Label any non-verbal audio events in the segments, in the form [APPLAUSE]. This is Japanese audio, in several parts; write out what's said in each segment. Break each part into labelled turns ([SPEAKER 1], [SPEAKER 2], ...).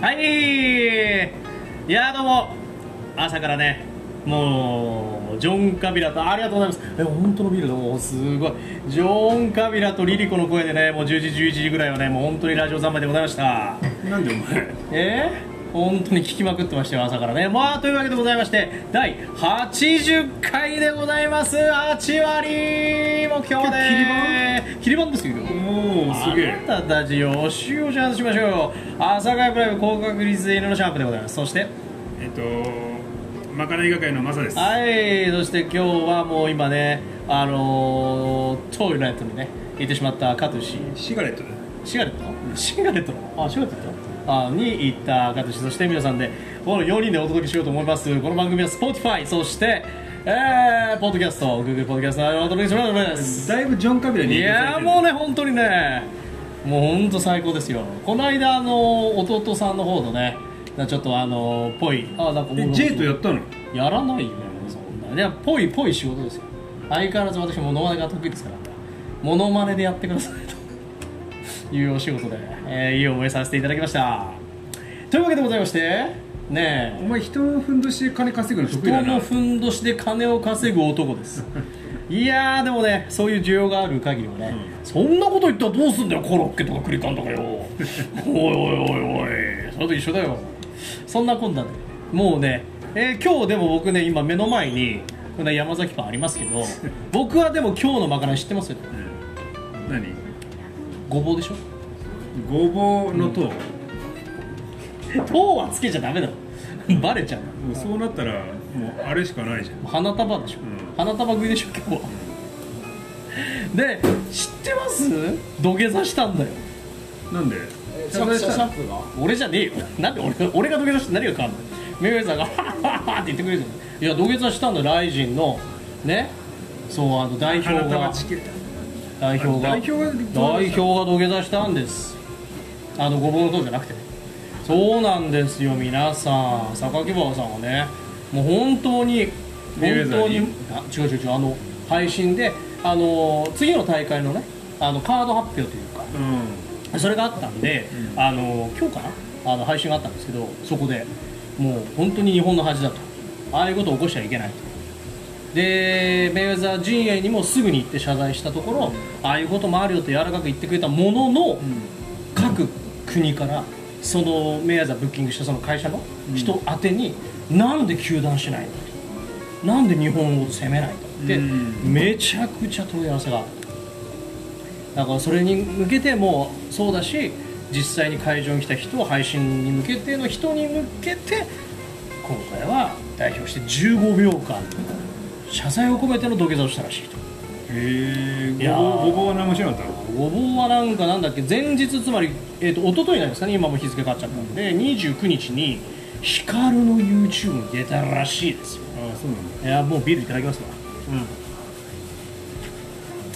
[SPEAKER 1] はいいやどうも朝からねもうジョン・カビラとありがとうございますえ本当のビールだもうすごいジョン・カビラとリリコの声でねもう10時11時ぐらいはねもう本当にラジオ三昧でございました
[SPEAKER 2] なんでお前
[SPEAKER 1] えー、本当に聞きまくってましたよ朝からねまあというわけでございまして第80回でございます8割目標で切り番ですけど
[SPEAKER 2] おおすげえ
[SPEAKER 1] あなたたち予習をちゃんとしましょうよ阿佐ヶ谷プライム高確率犬のシャープでございますそして
[SPEAKER 2] えっとまかない係のマサです
[SPEAKER 1] はいそして今日はもう今ねあのー、トイレットにね行ってしまったカトゥシ
[SPEAKER 2] シガレットだ
[SPEAKER 1] シガレットシガレットあシガレットあに行った方そして皆さんでこの4人でお届けしようと思いますこの番組は Spotify そしてえー、ポッドキャスト Google ポッドキャストなどでお届けします
[SPEAKER 2] だいぶジョン・カビラに
[SPEAKER 1] い
[SPEAKER 2] 影響され
[SPEAKER 1] やー
[SPEAKER 2] てる
[SPEAKER 1] もうね本当にねもう本当最高ですよこの間あの弟さんの方のねちょっとあのぽいあなんかもう
[SPEAKER 2] で J とやったの
[SPEAKER 1] やらないよねそんないやぽいぽい仕事ですよ相変わらず私モノマネが得意ですからモノマネでやってくださいというお仕事で、えーいい思いさせていただきましたというわけでございましてね
[SPEAKER 2] お
[SPEAKER 1] え
[SPEAKER 2] 前人をふんどして金稼ぐの得意
[SPEAKER 1] 人
[SPEAKER 2] だ
[SPEAKER 1] の
[SPEAKER 2] な
[SPEAKER 1] ふんどしで金を稼ぐ男ですいやーでもねそういう需要がある限りはね、そんなこと言ったらどうすんだよコロッケとかクリカンとかよおいおいおいおいそれと一緒だよそんなこんなでもうね、えー今日でも僕ね今目の前にこの山崎パンありますけど僕はでも今日のまかない知ってますよ
[SPEAKER 2] 何
[SPEAKER 1] ごぼうでしょ
[SPEAKER 2] ごぼうの塔、も
[SPEAKER 1] 糖はつけちゃダメだろバレちゃう
[SPEAKER 2] うそうなったらもうあれしかないじゃん
[SPEAKER 1] 花束でしょ、
[SPEAKER 2] ん
[SPEAKER 1] 花束食いでしょ今日はで知ってます土下座したんだよ
[SPEAKER 2] なんで
[SPEAKER 3] シャンプーシャンプーが
[SPEAKER 1] 俺じゃねえよなんで俺俺が土下座して何が変わんのメグウェイさんが「ハッハッハッ」って言ってくれるじゃんいや土下座したんだよライジンのねそうあの代表
[SPEAKER 2] 花束
[SPEAKER 1] が
[SPEAKER 2] チケット
[SPEAKER 1] 代表が
[SPEAKER 2] あ代表が
[SPEAKER 1] 代表が土下座したんですあのごぼうの塔じゃなくてねそうなんですよ皆さん榊原さんはねもう本当に
[SPEAKER 2] メイウ
[SPEAKER 1] 本
[SPEAKER 2] ェザー
[SPEAKER 1] 当
[SPEAKER 2] に
[SPEAKER 1] にあ違う違う違うあの配信であの次の大会のねあのカード発表というか
[SPEAKER 2] う
[SPEAKER 1] それがあったんで、
[SPEAKER 2] うん
[SPEAKER 1] あの今日かなあの配信があったんですけどそこでもう本当に日本の恥だとああいうことを起こしちゃいけないとでメイウェザー陣営にもすぐに行って謝罪したところ、ああいうこともあるよと柔らかく言ってくれたものの、
[SPEAKER 2] んうん
[SPEAKER 1] 各国からそのメイウェザーブッキングしたその会社の人宛てに、なんで糾弾しないのとなんで日本を責めないのって、
[SPEAKER 2] うん
[SPEAKER 1] めちゃくちゃ問い合わせがあっただからそれに向けてもそうだし実際に会場に来た人を配信に向けての人に向けて今回は代表して15秒間謝罪を込めての土下座をしたらしいと
[SPEAKER 2] へ
[SPEAKER 1] い
[SPEAKER 2] え
[SPEAKER 1] やー
[SPEAKER 2] ごぼうごぼうは何もしなかったの
[SPEAKER 1] ごぼうはなんかなんだっけ前日つまり、えー、と一昨日なんですかね今も日付変わっちゃったんで、29日に光の YouTube に出たらしいですよ
[SPEAKER 2] ああそうなんだ
[SPEAKER 1] いやもうビールいただきますわ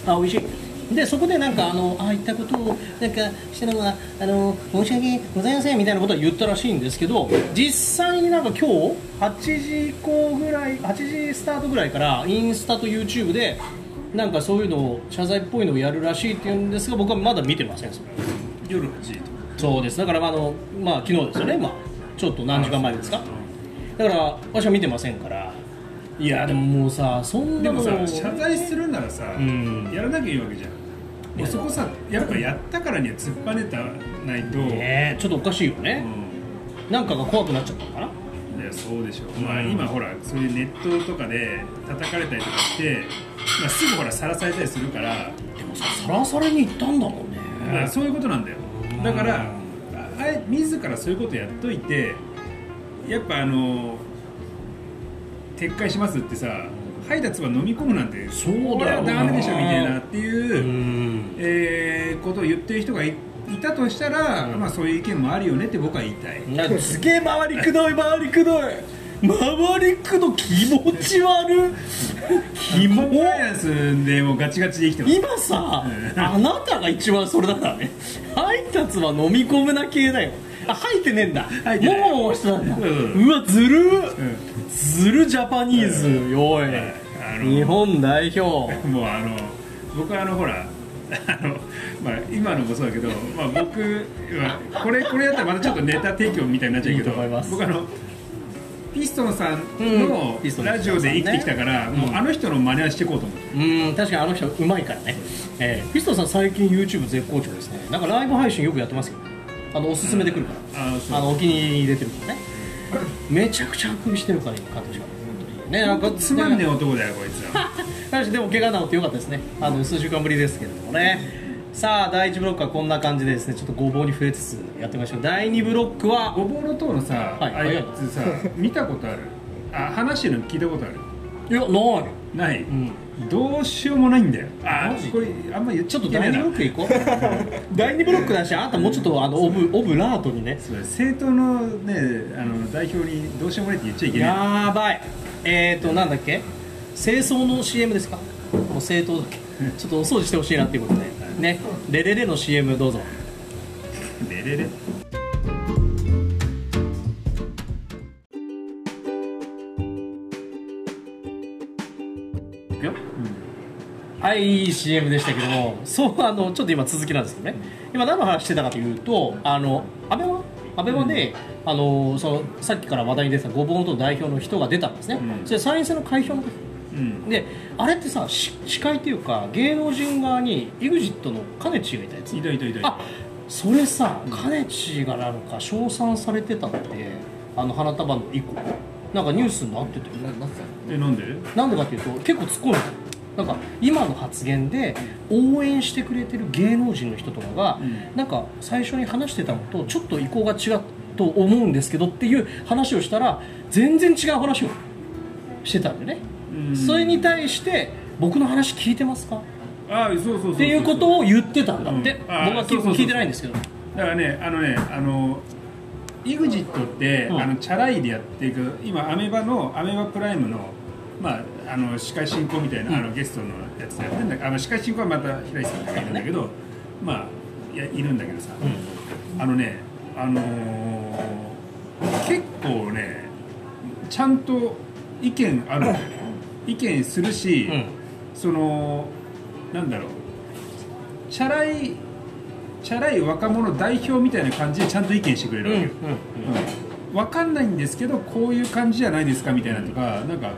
[SPEAKER 1] あ美味しいでそこでなんかあのああ言ったことをなんかしたのはあの申し訳ございませんみたいなことは言ったらしいんですけど実際になんか今日8時以降ぐらい8時スタートぐらいからインスタと YouTube でなんかそういうのを謝罪っぽいのをやるらしいっていうんですが僕はまだ見てませんそれ
[SPEAKER 2] 夜8時とか
[SPEAKER 1] そうですだからまああのまあ昨日ですよねまあちょっと何時間前ですかだから私は見てませんからいやでももうさそん
[SPEAKER 2] で
[SPEAKER 1] な
[SPEAKER 2] も
[SPEAKER 1] の
[SPEAKER 2] さ謝罪するならさ、
[SPEAKER 1] うん
[SPEAKER 2] やらなきゃいいわけじゃんもうそこさやっぱやったからには突っぱねたないと、
[SPEAKER 1] ねえちょっとおかしいよ
[SPEAKER 2] う
[SPEAKER 1] ね、
[SPEAKER 2] ん
[SPEAKER 1] なんかが怖くなっちゃったのかない
[SPEAKER 2] やそうでしょう、まあ
[SPEAKER 1] うん
[SPEAKER 2] 今ほらそういうネットとかで叩かれたりとかして、まあ、すぐほらさらされたりするから、
[SPEAKER 1] でもささらされに行ったんだもんね
[SPEAKER 2] まあそういうことなんだよ
[SPEAKER 1] うん
[SPEAKER 2] だからああえ自らそういうことやっといてやっぱあの撤回しますってさ吐いた唾飲み込むなんて
[SPEAKER 1] そうだよな
[SPEAKER 2] これはダメでしょみたいなっていう
[SPEAKER 1] う、ん
[SPEAKER 2] えーことを言ってる人がいいたとしたら、まあ、そういう意見もあるよねって僕は言いたい
[SPEAKER 1] なんかすげえ回りくどい回りくどい回りくどい気持ち悪い気持
[SPEAKER 2] コンプライアンスでもうガチガチで生きてます
[SPEAKER 1] 今さ
[SPEAKER 2] うん
[SPEAKER 1] あなたが一番それだからね配達は飲み込むな系だよあ吐いてねえんだ
[SPEAKER 2] 吐いてな
[SPEAKER 1] も
[SPEAKER 2] い
[SPEAKER 1] ごもごしてたんだ、
[SPEAKER 2] う
[SPEAKER 1] うんわずる
[SPEAKER 2] うん
[SPEAKER 1] ずるジャパニーズよい
[SPEAKER 2] あの
[SPEAKER 1] 日本代表
[SPEAKER 2] もうあの僕はあのほらあのまあ今のもそうだけど、まあ、僕はこれこれやったらまたちょっとネタ提供みたいになっちゃうけど
[SPEAKER 1] いいと思います
[SPEAKER 2] 僕あのピストンさん
[SPEAKER 1] うん
[SPEAKER 2] の
[SPEAKER 1] ピストンさんね
[SPEAKER 2] ラジオで生きてきたから、もうあの人の真似はしていこうと思って、
[SPEAKER 1] うん確かにあの人うまいからね、えーピストンさん最近 YouTube 絶好調ですねなんかライブ配信よくやってますけどあのおすすめでくるから、
[SPEAKER 2] あーそう
[SPEAKER 1] あのお気に入りに出てる [LAUGHS] からねめちゃくちゃあくびしてるから今監督が本当にねなんか
[SPEAKER 2] つまんねえ男だよこいつら
[SPEAKER 1] ただしでも怪我治ってよかったですねあの数週間ぶりですけれどもねさあ第1ブロックはこんな感じでですねちょっとごぼうに増えつつやってみましょう第2ブロックは
[SPEAKER 2] ごぼうの塔のさ、
[SPEAKER 1] はい
[SPEAKER 2] あいつさ見たことあるあ話してるの聞いたことある
[SPEAKER 1] いやない
[SPEAKER 2] ない、
[SPEAKER 1] ん
[SPEAKER 2] どうしようもないんだよあ
[SPEAKER 1] マジ
[SPEAKER 2] これあんま言っ
[SPEAKER 1] ちょっと
[SPEAKER 2] 言え
[SPEAKER 1] 第
[SPEAKER 2] ね
[SPEAKER 1] 2
[SPEAKER 2] え
[SPEAKER 1] ブ
[SPEAKER 2] な
[SPEAKER 1] ロック行こう [LAUGHS] 第2ブロックだしあなたもうちょっとあのオブオブラートにね
[SPEAKER 2] それ政党のねあの代表にどうしようもないって言っちゃいけない
[SPEAKER 1] やーばいえーとなんだっけ清掃の CM ですかもう政党だっけちょっとお掃除してほしいなっていうことでねレレレの CM どうぞ
[SPEAKER 2] レレレ
[SPEAKER 1] いくよはい、いい CM でしたけども、そうあのちょっと今続きなんですけどね。今何の話してたかというと、あのアベマアベマで、あのそのさっきから話題に出てたごぼうの党代表の人が出たんですね。
[SPEAKER 2] うん
[SPEAKER 1] それ参院選の開票の時
[SPEAKER 2] うん
[SPEAKER 1] で、あれってさし司会というか芸能人側に EXIT の兼ねちがいたやつ。
[SPEAKER 2] いたいたいたい
[SPEAKER 1] あ
[SPEAKER 2] た、
[SPEAKER 1] それさ兼ちがなんか称賛されてたってあの花束の以降、なんかニュースになってて。
[SPEAKER 3] ななんすか
[SPEAKER 2] えなんで
[SPEAKER 1] なんでかっていうと結構突っ込むなんか今の発言で応援してくれてる芸能人の人とかが、
[SPEAKER 2] うん
[SPEAKER 1] なんか最初に話してたのとちょっと意向が違うと思うんですけどっていう話をしたら全然違う話をしてたんでね、
[SPEAKER 2] うん
[SPEAKER 1] それに対して僕の話聞いてますか
[SPEAKER 2] あそうそうそうそう
[SPEAKER 1] っていうことを言ってたんだって、
[SPEAKER 2] うん
[SPEAKER 1] 僕
[SPEAKER 2] あー
[SPEAKER 1] は
[SPEAKER 2] そうそうそう
[SPEAKER 1] 聞いてないんですけど
[SPEAKER 2] だからねあのねあの EXIT って、
[SPEAKER 1] うん
[SPEAKER 2] あのチャラいでやっていく今アメバのアメバプライムのまああの司会進行みたいな、あのゲストのやつやってんだけどあの司会進行はまた平井さんがいるんだけど、まあいやいるんだけどさ、あのねあのー結構ねちゃんと意見ある
[SPEAKER 1] [COUGHS]
[SPEAKER 2] んだよね意見するし、
[SPEAKER 1] うん
[SPEAKER 2] そのなんだろうチャラいチャラい若者代表みたいな感じでちゃんと意見してくれるわけよ、うんわかんないんですけどこういう感じじゃないですかみたいなとかなんか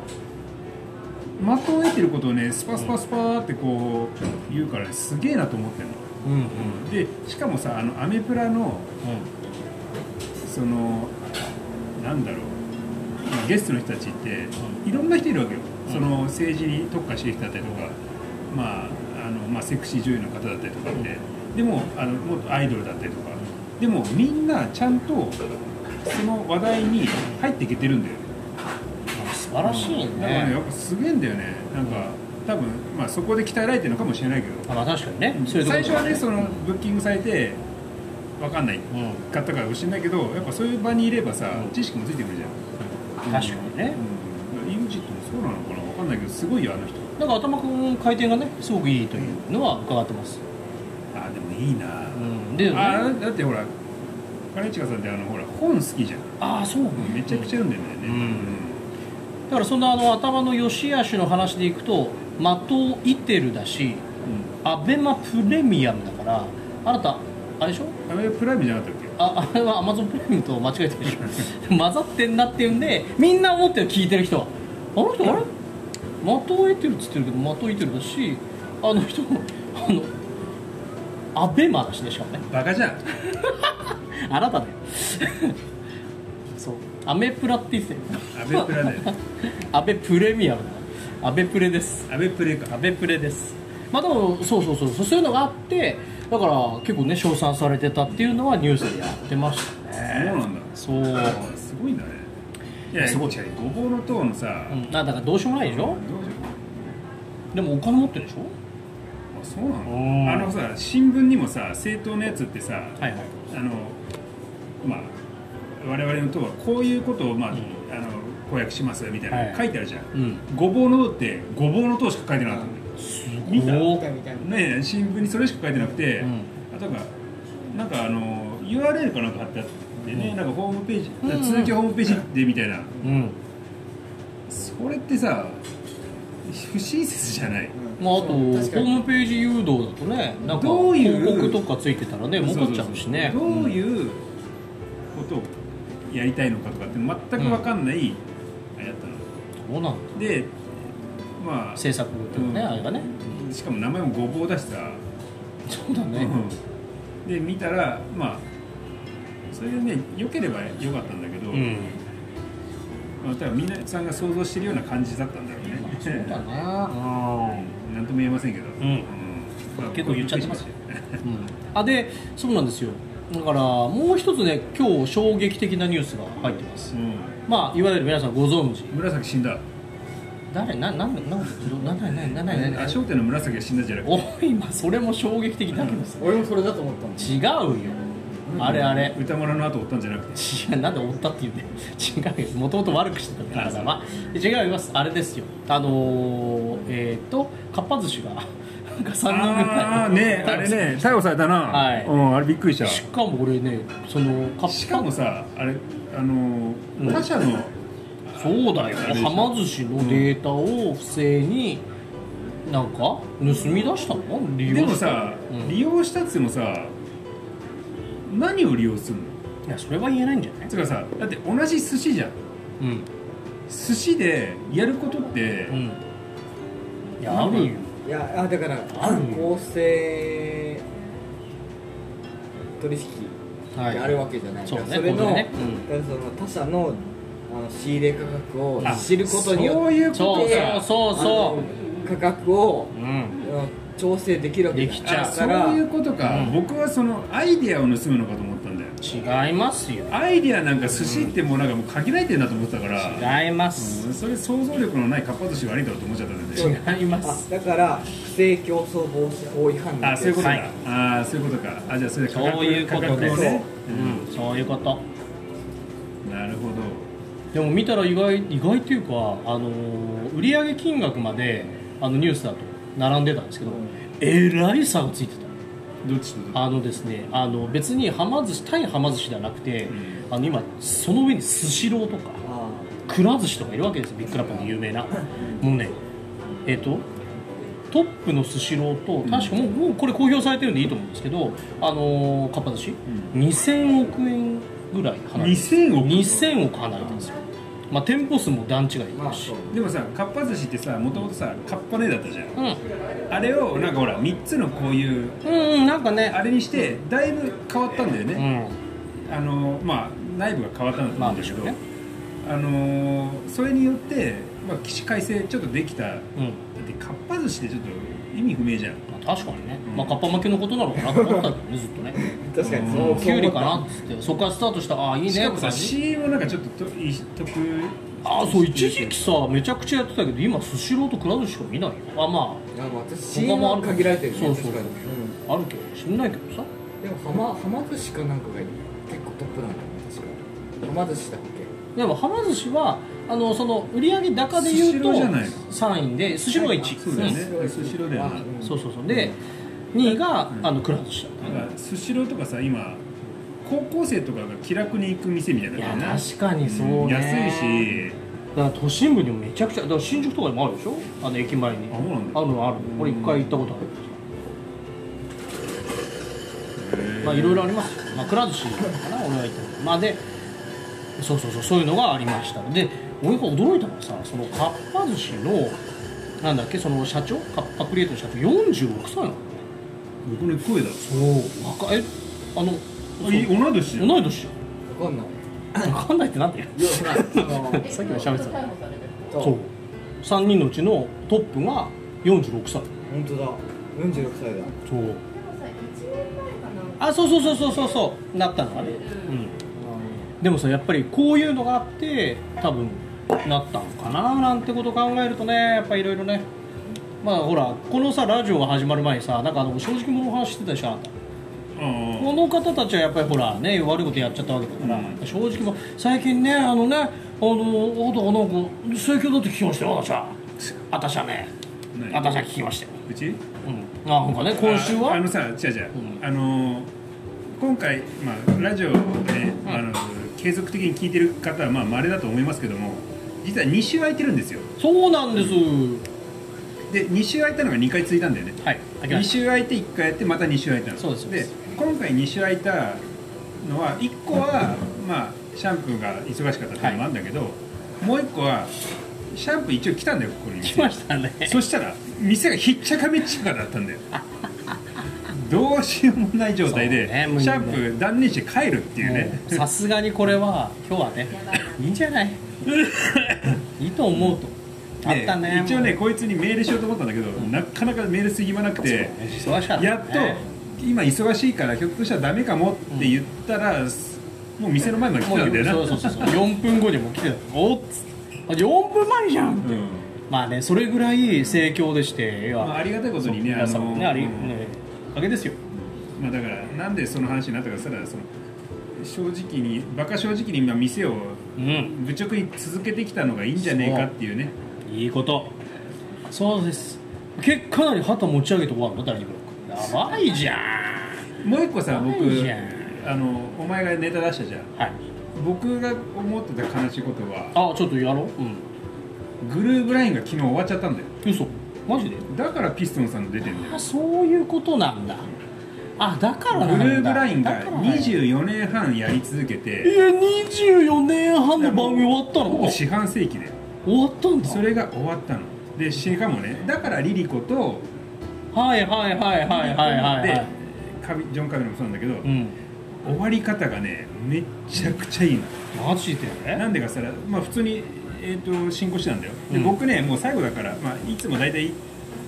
[SPEAKER 2] 的を得てることをねスパスパスパーってこう言うから、ね、すげえなと思ってるの、
[SPEAKER 1] うんうん
[SPEAKER 2] でしかもさあのアメプラのそのなんだろうまあゲストの人たちっていろんな人いるわけよ、その政治に特化してる人だったりとか、まああのまあ、セクシー女優の方だったりとかって、でもあのもっとアイドルだったりとかでもみんなちゃんとその話題に入っていけてるんだよね
[SPEAKER 1] 素晴らしいね、
[SPEAKER 2] だからねやっぱすげえんだよねなんか多分、まあ、そこで鍛えられてるのかもしれないけど
[SPEAKER 1] あまあ確かにね、そういうとこ
[SPEAKER 2] 最
[SPEAKER 1] ろ
[SPEAKER 2] 初はねそのブッキングされて分かんない買ったからもしれないけどやっぱそういう場にいればさ、知識もついてくるじゃん、
[SPEAKER 1] うん、確かにね、
[SPEAKER 2] うん、インジットもそうなのかな分かんないけどすごいよあの人
[SPEAKER 1] なんか頭くん回転がねすごくいいというのは伺ってます。
[SPEAKER 2] あでもいいな、
[SPEAKER 1] うん、で、ね、
[SPEAKER 2] あだってほら兼近さんってあのほら本好きじゃん
[SPEAKER 1] あーそうね
[SPEAKER 2] めちゃくちゃ読んでんだよね、
[SPEAKER 1] うんだからそんなあの頭の良し悪しの話でいくと的を射てるだしアベマプレミアムだからあなたあれでしょ
[SPEAKER 2] うんあれプライムじゃなかったっけ
[SPEAKER 1] ああれはアマゾンプレミアムと間違えてるでしょ [LAUGHS] 混ざってんなっていうんでみんな思ってる聞いてる人はあの人あれ的を得てるっつってるけど的を射てるだしあの人あのアベマだしねしかもね
[SPEAKER 2] バカじゃん
[SPEAKER 1] [LAUGHS] あなただよそうアメプラって言ってたよ
[SPEAKER 2] アベプラだよ
[SPEAKER 1] アベプレミアムだアベプレです
[SPEAKER 2] [LAUGHS] アベプレか
[SPEAKER 1] アベプレですまあでもそうそうそうそうそういうのがあってだから結構ね称賛されてたっていうのはニュースでやってました
[SPEAKER 2] [LAUGHS] そう
[SPEAKER 1] ね
[SPEAKER 2] なんだ
[SPEAKER 1] そう、
[SPEAKER 2] あすごいんだねいや
[SPEAKER 1] すごい
[SPEAKER 2] 違うごぼうの塔のさ、
[SPEAKER 1] うん、あだからどうしようもないでしょ
[SPEAKER 2] どうしよう
[SPEAKER 1] でもお金持ってるでしょ
[SPEAKER 2] あそうな
[SPEAKER 1] うん
[SPEAKER 2] のあのさ新聞にもさ政党のやつってさ、
[SPEAKER 1] はいはい
[SPEAKER 2] あのまあ我々の党はこういうことを、まあ
[SPEAKER 1] ん
[SPEAKER 2] あの公約しますみたいな、
[SPEAKER 1] はい
[SPEAKER 2] 書いてあるじゃん、
[SPEAKER 1] うん
[SPEAKER 2] ごぼうの党ってごぼうの党しか書いてなかったんだよ見た
[SPEAKER 1] お
[SPEAKER 3] みたいみたいな
[SPEAKER 2] ねえ新聞にそれしか書いてなくて、
[SPEAKER 1] うん
[SPEAKER 2] あとなんかなんかあの URL かなんか貼ってあってね、なんかホームページ、
[SPEAKER 1] うんうん
[SPEAKER 2] 続きホームページでみたいな、
[SPEAKER 1] うん
[SPEAKER 2] それってさ不親切じゃない、
[SPEAKER 1] まあ、あとホ
[SPEAKER 3] 確かに
[SPEAKER 1] ームページ誘導だとねなんか
[SPEAKER 2] どういう
[SPEAKER 1] 広告とかついてたらね儲かっちゃうしね
[SPEAKER 2] そうそうそうどういうことをやりたいのかとかって全く分かんない、あれだったの
[SPEAKER 1] どうなんだ
[SPEAKER 2] でまあ
[SPEAKER 1] 制作っていうかね、
[SPEAKER 2] うん
[SPEAKER 1] あれがね
[SPEAKER 2] しかも名前もごぼうだしさ、
[SPEAKER 1] そうだね、
[SPEAKER 2] うんで見たらまあそれでね良ければ良かったんだけど、
[SPEAKER 1] うん
[SPEAKER 2] まあ、多分みんなさんが想像してるような感じだったんだろうね、
[SPEAKER 1] そうだ
[SPEAKER 2] [LAUGHS]
[SPEAKER 1] ね
[SPEAKER 2] なんとも言えませんけど、
[SPEAKER 1] うん
[SPEAKER 2] まあ
[SPEAKER 1] 結構言っちゃってますようん、うん、あでそうなんですよだからもう一つね今日衝撃的なニュースが入ってます、
[SPEAKER 2] うん
[SPEAKER 1] まあいわゆる皆さんご存知
[SPEAKER 2] 紫死んだ
[SPEAKER 1] 誰ななんなんなんなんなんなんなん
[SPEAKER 2] あ
[SPEAKER 1] なんなん
[SPEAKER 2] 焦点の紫が死んだじゃなくて
[SPEAKER 1] おい今それも衝撃的だけどさ
[SPEAKER 3] 俺もそれだと思ったんです
[SPEAKER 1] 違うよあれあれ
[SPEAKER 2] 歌村の後追ったんじゃなくて
[SPEAKER 1] 違うなんで追ったって言うんだよ違うよもともと悪くしてたんだからまあ違いますあれですよあのー、えっ、とかっぱ寿司がなんか3人ぐら
[SPEAKER 2] ああ
[SPEAKER 1] い
[SPEAKER 2] ねあ
[SPEAKER 1] [LAUGHS]
[SPEAKER 2] れね逮捕されたな、
[SPEAKER 1] はい
[SPEAKER 2] うん、あれびっく
[SPEAKER 1] [LAUGHS]
[SPEAKER 2] りした
[SPEAKER 1] しかも俺ねそのかっぱ
[SPEAKER 2] しかもさあれあのー
[SPEAKER 1] うん
[SPEAKER 2] 他社の
[SPEAKER 1] そうだよ
[SPEAKER 2] あれでしょ
[SPEAKER 1] はま寿司のデータを不正になんか盗み出したの利用
[SPEAKER 2] でも
[SPEAKER 1] した
[SPEAKER 2] さ、
[SPEAKER 1] うん
[SPEAKER 2] 利用したっつってもさ何を利用するの
[SPEAKER 1] いやそれは言えないんじゃない
[SPEAKER 2] つうかさだって同じ寿司じゃん
[SPEAKER 1] うん
[SPEAKER 2] 寿司でやることって、
[SPEAKER 1] うんいやあるよ
[SPEAKER 3] いやあだから
[SPEAKER 1] ある
[SPEAKER 3] 公正取引ってあるわけじゃない、
[SPEAKER 1] そうね
[SPEAKER 3] それ
[SPEAKER 1] こ
[SPEAKER 3] の,、
[SPEAKER 1] こでね
[SPEAKER 3] その他社のあの仕入れ価格を
[SPEAKER 1] あ
[SPEAKER 3] 知ることによって
[SPEAKER 2] そういうこと
[SPEAKER 1] そう
[SPEAKER 3] で
[SPEAKER 1] そうそうそ
[SPEAKER 3] あの価格を
[SPEAKER 1] ううん
[SPEAKER 3] あの調整できるわけ
[SPEAKER 1] できちゃ
[SPEAKER 2] あ
[SPEAKER 1] う
[SPEAKER 2] そ
[SPEAKER 3] か
[SPEAKER 2] う
[SPEAKER 3] ら
[SPEAKER 2] いうことか、
[SPEAKER 1] うん
[SPEAKER 2] 僕はそのアイディアを盗むのかと思ったんだよ
[SPEAKER 1] 違いますよ
[SPEAKER 2] アイディアなんか寿司ってもうなんかもう限られてんだと思ってたから、
[SPEAKER 1] 違います
[SPEAKER 2] うんそれ想像力のないかっぱ寿司悪いだろうと思っちゃったんで、
[SPEAKER 3] そう
[SPEAKER 2] ね、
[SPEAKER 1] 違いま
[SPEAKER 3] あ
[SPEAKER 1] す
[SPEAKER 3] だから不正競争防止法違反なん
[SPEAKER 2] あそういうことだ、
[SPEAKER 1] はい
[SPEAKER 2] ああそういうことかあじゃあそれで価格
[SPEAKER 1] そういうこと
[SPEAKER 2] 価格
[SPEAKER 1] で
[SPEAKER 2] を
[SPEAKER 1] す、
[SPEAKER 2] ね、
[SPEAKER 1] うん、そういうこと
[SPEAKER 2] うんなるほど
[SPEAKER 1] でも見たら意外意外っていうか、あのー売上金額まであのニュースだと並んでたんですけど、
[SPEAKER 3] うん
[SPEAKER 1] えらい差がついてた
[SPEAKER 2] どっちとどっち
[SPEAKER 1] あのですねあの別にはま寿司対はま寿司ではなくて、あの今その上にスシローとか
[SPEAKER 3] あ
[SPEAKER 1] くら寿司とかいるわけですよビッグラップの有名なもうねえっ、とトップのスシローと確かもう,、もうこれ公表されてるんでいいと思うんですけどあのー、かっぱ寿司、2000億円ぐらい離れてる
[SPEAKER 2] 2000億
[SPEAKER 1] 2000億離れてるんですよ、まあ、店舗数も段違いだし、
[SPEAKER 3] ーまあそう
[SPEAKER 2] でもさかっぱ寿司ってさもともとさかっぱねだったじゃん
[SPEAKER 1] うん、
[SPEAKER 2] あれをなんかほら3つのこういう
[SPEAKER 1] うんうんなんかね
[SPEAKER 2] あれにしてだいぶ変わったんだよ
[SPEAKER 1] う
[SPEAKER 2] ね、
[SPEAKER 1] ん
[SPEAKER 2] あのまあ内部が変わったんだと思う
[SPEAKER 1] まあ
[SPEAKER 2] んだけど、
[SPEAKER 1] でしょうね
[SPEAKER 2] あのそれによって、まあ、起死回生ちょっとできただっ
[SPEAKER 1] うん
[SPEAKER 2] てかっぱ寿司ってちょっと意味不明じゃん
[SPEAKER 1] まあ、確かにね、まあ、かっぱ巻きのことなのかなと思ったけどねずっとね
[SPEAKER 3] 確かに
[SPEAKER 2] う
[SPEAKER 3] そ
[SPEAKER 2] ん
[SPEAKER 3] う
[SPEAKER 1] キュウリかなっつってそこからスタートしたああいいね
[SPEAKER 2] しかもさ
[SPEAKER 1] って感じ
[SPEAKER 2] CM なんかちょっととい特
[SPEAKER 1] ああそう一時期さめちゃくちゃやってたけど今スシローとくら寿司しか見ないよあま
[SPEAKER 3] あまあ私 CM は限られてるね
[SPEAKER 1] そう
[SPEAKER 3] 確
[SPEAKER 1] そ
[SPEAKER 3] か
[SPEAKER 1] う
[SPEAKER 3] に、うん
[SPEAKER 1] ああるけど知んないけどさ
[SPEAKER 3] でもはまはま寿司かなんかが結構トップなんだよね確かはま寿司だっけ
[SPEAKER 1] でもはま寿司はあのその売上高で言うと
[SPEAKER 2] スシローじゃないの
[SPEAKER 1] 3位でスシローが1位
[SPEAKER 2] そうだよね
[SPEAKER 3] そう
[SPEAKER 2] スシローだよね
[SPEAKER 3] ん
[SPEAKER 1] そうそうそうで2位があのくら寿司だっ
[SPEAKER 2] なんかスシローとかさ今高校生とかが気楽に行く店みたい
[SPEAKER 1] た
[SPEAKER 2] ないの
[SPEAKER 1] や
[SPEAKER 2] がね
[SPEAKER 1] 確かにそうね
[SPEAKER 2] 安いし
[SPEAKER 1] だから都心部にもめちゃくちゃだから新宿とかにもあるでしょあの駅前に
[SPEAKER 2] あそうなんだ
[SPEAKER 1] あるのあるの俺一回行ったことあるけどさまあいろいろありますよ、まあ、くら寿司かな俺は言ったけどまあでそうそうそうそういうのがありましたで俺が驚いたのはさそのかっぱ寿司のなんだっけその社長かっぱクリエイトの社長46歳なの
[SPEAKER 2] 僕の声だ
[SPEAKER 1] そう若いえあの
[SPEAKER 2] あい
[SPEAKER 1] そう
[SPEAKER 2] 同い年じゃん
[SPEAKER 1] 同い年じ
[SPEAKER 3] わかんない
[SPEAKER 1] ゃん分かんないってなんだよ
[SPEAKER 3] いやまあその
[SPEAKER 1] さっきも喋ってた
[SPEAKER 3] そう
[SPEAKER 1] そう3人のうちのトップが46歳
[SPEAKER 3] 本当だ46歳だ
[SPEAKER 1] そう
[SPEAKER 4] でもさ、一年前かな。
[SPEAKER 1] あそうそうそうそうそうそうなったのがね、うん、でもさやっぱりこういうのがあって多分なったのかななんてことを考えるとねやっぱいろいろねまあほらこのさラジオが始まる前にさなんかあの正直者の話してたでしょあんた
[SPEAKER 2] うん
[SPEAKER 1] この方たちはやっぱりほらね悪いことやっちゃったわけだから、
[SPEAKER 2] う
[SPEAKER 1] 正直も最近ねあのねあの男の子盛況だって聞きましたよ私は私はね
[SPEAKER 2] 何
[SPEAKER 1] 私は聞きましたよ、
[SPEAKER 2] うち
[SPEAKER 1] うん、あなんかね今週
[SPEAKER 2] ああ
[SPEAKER 1] は
[SPEAKER 2] のさ違う違う、
[SPEAKER 1] うん
[SPEAKER 2] あのー今回、まあ、ラジオをね、
[SPEAKER 1] うん
[SPEAKER 2] あの継続的に聞いてる方はまあ稀だと思いますけども実は2週空いてるんですよ
[SPEAKER 1] そうなんです、
[SPEAKER 2] で2週空いたのが2回続いたんだよね
[SPEAKER 1] はい諦め
[SPEAKER 2] 2週空いて1回やってまた2週空いたの
[SPEAKER 1] そうですそうです
[SPEAKER 2] 今回2週空いたのは1個はまあシャンプーが忙しかったっていうのもあるんだけど、もう1個はシャンプー一応来たんだよここに
[SPEAKER 1] 来ましたね
[SPEAKER 2] そしたら店がひっちゃかめっちゃかだったんだよどうしようもない状態で、
[SPEAKER 1] そうねもうね
[SPEAKER 2] シャンプー断念して帰る [LAUGHS] っていうね
[SPEAKER 1] もうさすがにこれは今日はねいいんじゃないいいと思うと、あったね
[SPEAKER 2] で一応ねこいつにメールしようと思ったんだけど、なかなかメールすぎまなくて、
[SPEAKER 1] 忙しかったね
[SPEAKER 2] やっと、今忙しいからひょっとしたらダメかもって言ったら、もう店の前まで来
[SPEAKER 1] もう
[SPEAKER 2] てたんだよな
[SPEAKER 1] そうそうそうそう4分後にもう来てたおっつってあ4分前じゃんって、
[SPEAKER 2] うん
[SPEAKER 1] まあねそれぐらい盛況でしていや、
[SPEAKER 2] まあ、ありがたいことにね
[SPEAKER 1] 皆さんもね
[SPEAKER 2] あ
[SPEAKER 1] あり、
[SPEAKER 2] うん
[SPEAKER 1] ねおかげですよ
[SPEAKER 2] まあ、だからなんでその話になったかそしたらその正直にバカ正直に今店を
[SPEAKER 1] うん
[SPEAKER 2] 愚直に続けてきたのがいいんじゃねえかっていうね
[SPEAKER 1] いいことそうです結果なり旗持ち上げて終わるの第2ブロックやばいじゃん
[SPEAKER 2] もう一個さ僕
[SPEAKER 1] ないじゃん
[SPEAKER 2] あのお前がネタ出したじゃん
[SPEAKER 1] はい
[SPEAKER 2] 僕が思ってた悲しいことは
[SPEAKER 1] あちょっとやろううん
[SPEAKER 2] グルーブラインが昨日終わっちゃったんだよ
[SPEAKER 1] 嘘マジで
[SPEAKER 2] だからピストンさんの出てんだよ
[SPEAKER 1] あそういうことなんだあだからなんだ
[SPEAKER 2] グルーブライン
[SPEAKER 1] だ
[SPEAKER 2] が
[SPEAKER 1] からなんだ
[SPEAKER 2] 24年半やり続け
[SPEAKER 1] い
[SPEAKER 2] て
[SPEAKER 1] や24年半の番組終わった
[SPEAKER 2] ほぼ
[SPEAKER 1] の
[SPEAKER 2] 四半世紀で
[SPEAKER 1] 終わったんだ
[SPEAKER 2] それが終わったのでしかもねだからリリコと
[SPEAKER 1] はいはいはいはいはいはいは
[SPEAKER 2] で
[SPEAKER 1] い
[SPEAKER 2] カビジョン・カメラもそうなんだけど、
[SPEAKER 1] うん
[SPEAKER 2] 終わり方がねめっちゃくちゃいいの
[SPEAKER 1] マジで
[SPEAKER 2] なんでかしたら、まあ、普通に、えー、と進行してたんだよで、
[SPEAKER 1] うん
[SPEAKER 2] 僕ねもう最後だから、まあ、いつも大体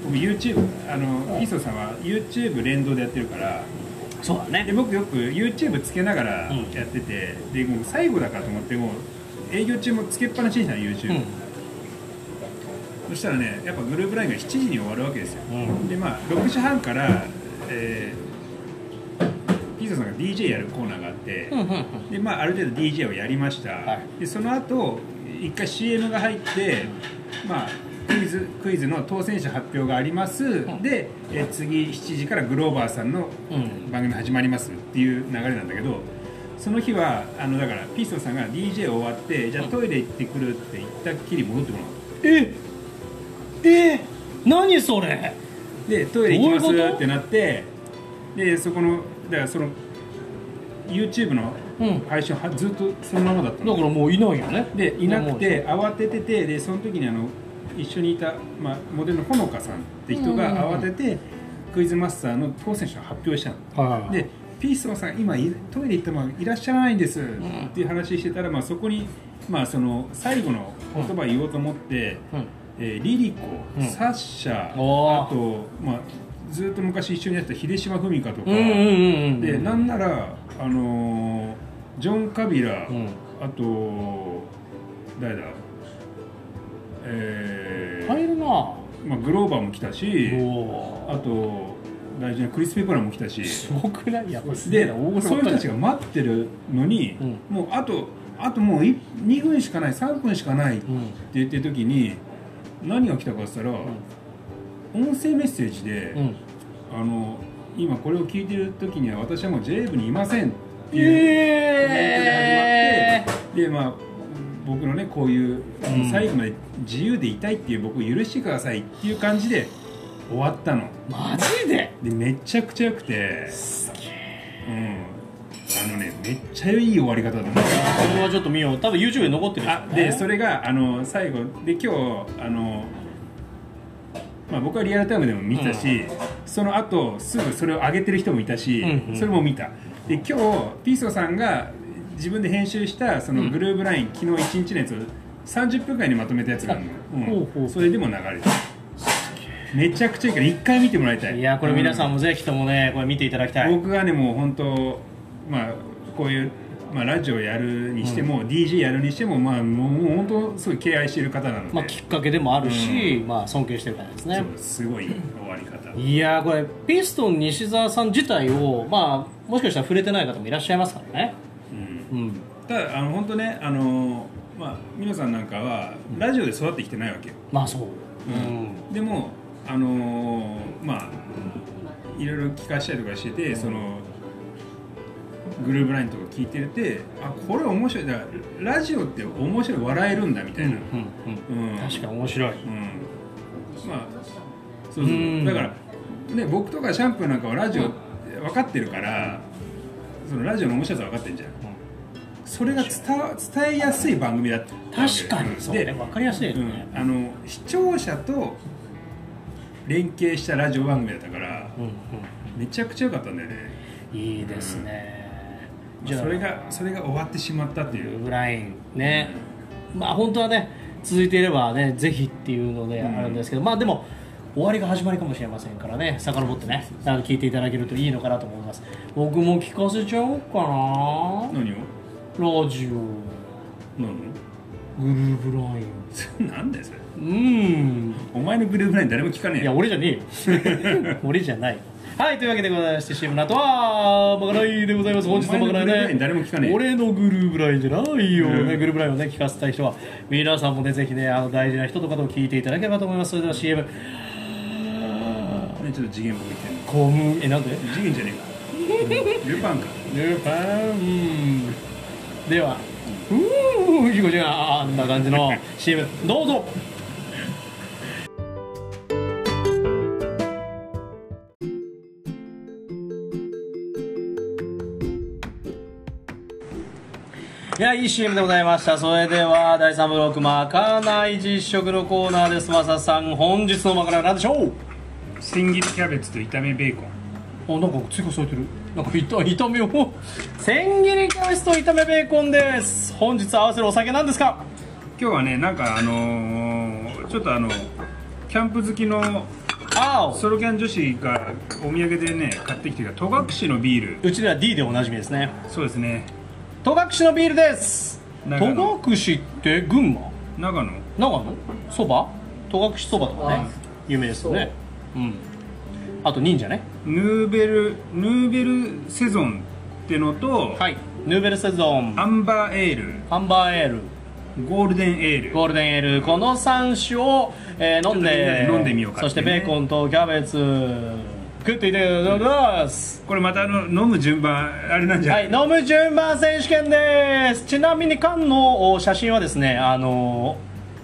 [SPEAKER 2] 僕 YouTube あの磯さんは YouTube 連動でやってるから
[SPEAKER 1] そうだね
[SPEAKER 2] で僕よく YouTube つけながら
[SPEAKER 1] うん
[SPEAKER 2] やってて、でもう最後だからと思ってもう営業中もつけっぱなしにしたの YouTube、そしたらねやっぱグループラインが7時に終わるわけですよ、
[SPEAKER 1] うん
[SPEAKER 2] でまあ6時半から、えー、ピザさんが DJ やるコーナーがあって、
[SPEAKER 1] うんうんうん
[SPEAKER 2] でまあある程度 DJ をやりました、
[SPEAKER 1] はい
[SPEAKER 2] でその後一回 CM が入ってまあクイズクイズの当選者発表があります、
[SPEAKER 1] ん
[SPEAKER 2] でえー次7時からグローバーさんの
[SPEAKER 1] うん
[SPEAKER 2] 番組始まりますっていう流れなんだけどその日はあのだからピストさんが DJ 終わってじゃあトイレ行ってくるって言ったっきり戻ってこなかっ
[SPEAKER 1] ええ何それ
[SPEAKER 2] たでトイレ行きます
[SPEAKER 1] どういうこと
[SPEAKER 2] ってなってでそこのだからその YouTube の
[SPEAKER 1] うん
[SPEAKER 2] 配信はずっとそのままだった
[SPEAKER 1] だ
[SPEAKER 2] の
[SPEAKER 1] からもういないよね
[SPEAKER 2] でいなくて慌てててでその時にあの一緒にいた、まあ、モデルのほのかさんって人が
[SPEAKER 1] うんうんうん
[SPEAKER 2] 慌ててクイズマスターの当選者を発表したの。
[SPEAKER 1] は
[SPEAKER 2] でピーストンさん今いトイレ行ったままいらっしゃらないんですっていう話してたら、まあ、そこに、まあ、その最後の言葉言おうと思って、
[SPEAKER 1] うん
[SPEAKER 2] えーリリコ、
[SPEAKER 1] うん
[SPEAKER 2] サッシャあ
[SPEAKER 1] おー
[SPEAKER 2] と、まあ、ずっと昔一緒にやってた秀島文香とか、
[SPEAKER 1] うんうんうんうん
[SPEAKER 2] でなんなら、あのージョン・カビラ、
[SPEAKER 1] うん
[SPEAKER 2] あと誰だえー
[SPEAKER 1] 入るなお
[SPEAKER 2] まあ、グローバーも来たし
[SPEAKER 1] ー
[SPEAKER 2] あと大事なクリス・ペプラーも来たし
[SPEAKER 1] すごくないやっぱすげえ
[SPEAKER 2] で
[SPEAKER 1] な大御所
[SPEAKER 2] そういう人たち
[SPEAKER 1] が
[SPEAKER 2] が待ってるのに、
[SPEAKER 1] うん
[SPEAKER 2] もうあとあともうい2分しかない3分しかないって
[SPEAKER 1] うん
[SPEAKER 2] 言ってる時に何が来たかって言ったら、音声メッセージで、
[SPEAKER 1] うん
[SPEAKER 2] あの「今これを聞いてる時には私はもう j 部にいません」っていうコメン
[SPEAKER 1] え
[SPEAKER 2] トで始まってでまあ僕のねこういう
[SPEAKER 1] うん
[SPEAKER 2] 最後まで自由でいたいっていう僕を許してくださいっていう感じで終わったの。
[SPEAKER 1] ーマジで
[SPEAKER 2] でめちゃくちゃ良くてうんあのねめっちゃいい終わり方だった
[SPEAKER 1] これはちょっと見よう多分 YouTube に残ってる
[SPEAKER 2] あでそれがあの最後で今日あのまあ僕はリアルタイムでも見たし、その後すぐそれを上げてる人もいたし、
[SPEAKER 1] うんうん
[SPEAKER 2] それも見たで今日ピーソさんが自分で編集したそのグルーブライン、昨日1日のやつを30分間にまとめたやつがあるの、
[SPEAKER 1] ほうほう
[SPEAKER 2] それでも流れてるめちゃくちゃいいから一回見てもらいたい
[SPEAKER 1] いやこれ皆さ
[SPEAKER 2] うん
[SPEAKER 1] もぜひともねこれ見ていただきたい
[SPEAKER 2] 僕がねもう本当まあこういう、まあ、ラジオやるにしても、DJ やるにしてもまあもうもう本当すごい敬愛してる方なので、
[SPEAKER 1] まあきっかけでもあるしまあ尊敬してる方ですね
[SPEAKER 2] そうすごい終わり方
[SPEAKER 1] いやーこれピストン西澤さん自体をまあもしかしたら触れてない方もいらっしゃいますからね
[SPEAKER 2] うん
[SPEAKER 1] うん
[SPEAKER 2] ただあの本当ねあのまあ皆さんなんかはラジオで育ってきてないわけよ、
[SPEAKER 1] まあそう
[SPEAKER 2] う
[SPEAKER 1] うん
[SPEAKER 2] でもあのまあいろいろ聞かしたりとかしてて、そのグルーブラインとか聞いててあこれ面白いだからラジオって面白い笑えるんだみたい
[SPEAKER 1] う
[SPEAKER 2] な、
[SPEAKER 1] んうん
[SPEAKER 2] うん
[SPEAKER 1] 確かに面白い
[SPEAKER 2] うんまあ
[SPEAKER 4] どうしたの
[SPEAKER 2] そうそう
[SPEAKER 1] うん
[SPEAKER 2] だから、ね、僕とかシャンプーなんかはラジオ分かってるからそのラジオの面白さ分かってるじゃんそれが伝わ伝えやすい番組だったわけ
[SPEAKER 1] 確かにそう
[SPEAKER 2] で
[SPEAKER 1] ね分かりやすいよね
[SPEAKER 2] うん、あの視聴者と連携したラジオ番組だったから
[SPEAKER 1] うん
[SPEAKER 2] めちゃくちゃ良かったんだよね、
[SPEAKER 1] うんいいですね
[SPEAKER 2] まあそれがそれが終わってしまったっていう、
[SPEAKER 1] ブラインね、まあ本当はね続いていればねぜひっていうので
[SPEAKER 2] うん
[SPEAKER 1] あるんですけど、まあでも終わりが始まりかもしれませんからね遡ってねあの聞いていただけるといいのかなと思います僕も聞かせちゃおうかな
[SPEAKER 2] 何を
[SPEAKER 1] ラジオ
[SPEAKER 2] 何 [LAUGHS]
[SPEAKER 1] グルーブライン
[SPEAKER 2] をなんだよそれ
[SPEAKER 1] うん
[SPEAKER 2] お前のグループライン誰も聞かねえ
[SPEAKER 1] いや
[SPEAKER 2] よ
[SPEAKER 1] 俺じゃねえ
[SPEAKER 2] [LAUGHS]
[SPEAKER 1] よ俺じゃないはいというわけでございまして CM の後はまかないでございます本日のまか
[SPEAKER 2] お前のグル
[SPEAKER 1] な
[SPEAKER 2] ーブラ
[SPEAKER 1] い
[SPEAKER 2] イン
[SPEAKER 1] ね
[SPEAKER 2] 誰も聞かねえ
[SPEAKER 1] 俺のグルーブラインじゃないよ、
[SPEAKER 2] うん
[SPEAKER 1] ね、グルーブラインをね聞かせたい人は皆さんもねぜひねあの大事な人とかと聞いていただければと思いますそれでは CM
[SPEAKER 2] ねちょっと次元僕言ってんの
[SPEAKER 1] 公務えなんで
[SPEAKER 2] 次元じゃねえかルパンか
[SPEAKER 1] ルパンではうーんいこちゃんあんな感じの CM どうぞいや、いい CM でございました。それでは、第3ブロック、まかない実食のコーナーです。まささん、本日のまかないは何でしょう
[SPEAKER 2] 千切りキャベツと炒めベーコン
[SPEAKER 1] あなんか追加されてるなんか炒炒めを千切りキャベツと炒めベーコンです本日合わせるお酒なんですか
[SPEAKER 2] 今日はねなんかあのーちょっとあのキャンプ好きの
[SPEAKER 1] あ
[SPEAKER 2] ソロキャン女子がお土産でね買ってきてた戸隠のビール
[SPEAKER 1] うちでは D でおなじみですね
[SPEAKER 2] そうですね
[SPEAKER 1] 戸隠のビールです戸
[SPEAKER 2] 長野
[SPEAKER 1] 隠って群馬
[SPEAKER 2] 長野
[SPEAKER 1] 長野そば戸隠そばとかね有名ですよねうんあと忍者ね
[SPEAKER 2] ヌーベルヌーベルセゾンってのと、
[SPEAKER 1] はいヌーベルセゾン
[SPEAKER 2] アンバーエー
[SPEAKER 1] ハンバーエール
[SPEAKER 2] ルゴールデンエール
[SPEAKER 1] ゴールデンエールこの3種を、えー飲んで
[SPEAKER 2] ちょっとみんなで飲んでみようかって
[SPEAKER 1] そ
[SPEAKER 2] ね
[SPEAKER 1] してベーコンとキャベツ食っていただきます
[SPEAKER 2] これまたあの飲む順番あれなんじゃ
[SPEAKER 1] は
[SPEAKER 2] ない
[SPEAKER 1] い、飲む順番選手権ですちなみに缶のお写真はですねあの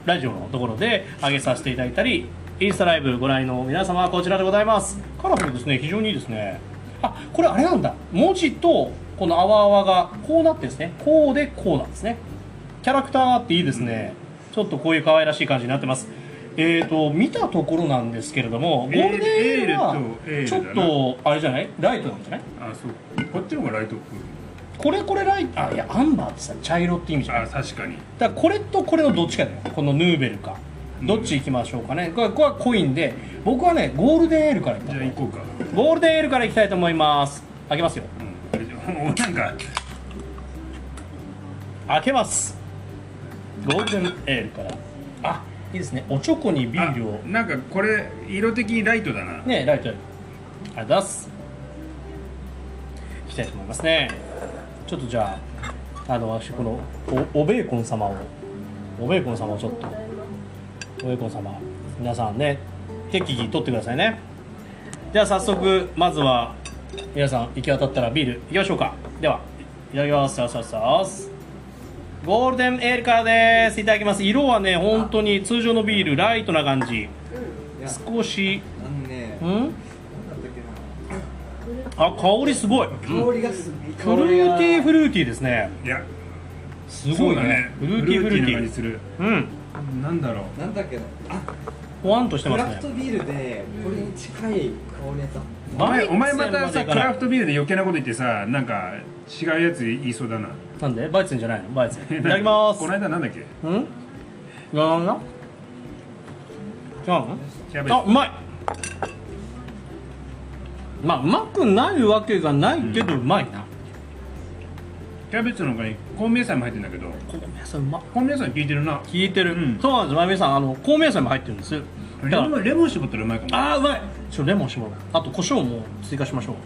[SPEAKER 1] ラジオのところで上げさせていただいたりインスタライブご覧の皆様はこちらでございますカラフルですね非常にいいですねあこれあれなんだ文字とこの泡泡がこうなってるんですねこうでこうなんですねキャラクターがあっていいですね、ちょっとこういう可愛らしい感じになってますえー、と見たところなんですけれどもゴールデンエールは
[SPEAKER 2] エールとエール
[SPEAKER 1] ち
[SPEAKER 2] だ
[SPEAKER 1] ょ
[SPEAKER 2] な
[SPEAKER 1] っとあれじゃないライトなんじゃない
[SPEAKER 2] あそうこっちの方がライトっ
[SPEAKER 1] これこれライあいやアンバーってさ茶色って意味じ
[SPEAKER 2] ぽ
[SPEAKER 1] ゃ
[SPEAKER 2] い
[SPEAKER 1] ない
[SPEAKER 2] あ確かに
[SPEAKER 1] だからこれとこれのどっちかだよこのヌーベルかどっち行きましょうかねこれこれはコインで僕はねゴールデンエールから行った
[SPEAKER 2] じゃあ行こうか、
[SPEAKER 1] ゴールデンエールから行きたいと思います開けますよ
[SPEAKER 2] うん、お [LAUGHS] なんか
[SPEAKER 1] 開けますゴールデンエールからあいいですねおちょこにビールを
[SPEAKER 2] あなんかこれ色的にライトだな
[SPEAKER 1] ねライトよりありがとうございます行きたいと思いますねちょっとじゃああの私このおおベーコン様をおベーコン様をちょっとおベーコン様皆さんね適宜取ってくださいねでは早速まずは皆さん行き当たったらビールいきましょうかではいただきますさあさあさあゴールデンエールからですいただきます色はね本当に通常のビールライトな感じ
[SPEAKER 3] いや
[SPEAKER 1] 少し
[SPEAKER 3] あのね
[SPEAKER 1] うん
[SPEAKER 3] なんだったっけ
[SPEAKER 1] あ香りすごい、うん
[SPEAKER 3] な香りがす
[SPEAKER 1] フルーティーフ
[SPEAKER 3] ル
[SPEAKER 1] ルーティーですね
[SPEAKER 2] いや
[SPEAKER 1] す
[SPEAKER 2] そ
[SPEAKER 1] ご
[SPEAKER 2] う
[SPEAKER 1] い
[SPEAKER 2] だ
[SPEAKER 1] ね
[SPEAKER 2] ね
[SPEAKER 1] フルーティーフルーティ
[SPEAKER 2] な
[SPEAKER 1] ー
[SPEAKER 2] 感じする
[SPEAKER 1] うん
[SPEAKER 2] なんだろう
[SPEAKER 3] なんだっけなあ
[SPEAKER 1] ほわんとして
[SPEAKER 3] ク
[SPEAKER 1] ます
[SPEAKER 3] ラフト
[SPEAKER 1] ね
[SPEAKER 3] ビールでこれに近い香りやった
[SPEAKER 2] お前お前ま
[SPEAKER 1] バ
[SPEAKER 2] た
[SPEAKER 1] イツェンで
[SPEAKER 2] さク
[SPEAKER 1] いかない
[SPEAKER 2] ラフトビールで余計なこと言ってさなんか違うやつ言いそうだな
[SPEAKER 1] なんでバイツェンじゃないのバイツェ [LAUGHS] ンいただきます
[SPEAKER 2] この間なんだっけ
[SPEAKER 1] うん違うな違うの
[SPEAKER 2] キャベツ
[SPEAKER 1] あうまいまあうまくないわけがないけどうまいな、
[SPEAKER 2] キャベツの中に香味野菜も入ってんだけど
[SPEAKER 1] この野菜うまい
[SPEAKER 2] 香味野菜効いてるな
[SPEAKER 1] 効いてる、
[SPEAKER 2] うん
[SPEAKER 1] そうなんですまゆみさんあの香味野菜も入ってるんですだか
[SPEAKER 2] レモ
[SPEAKER 1] ら
[SPEAKER 2] ンレモン絞ったらうまいかも
[SPEAKER 1] あーうまいちょレモン絞ろうあと胡椒も追加しましょう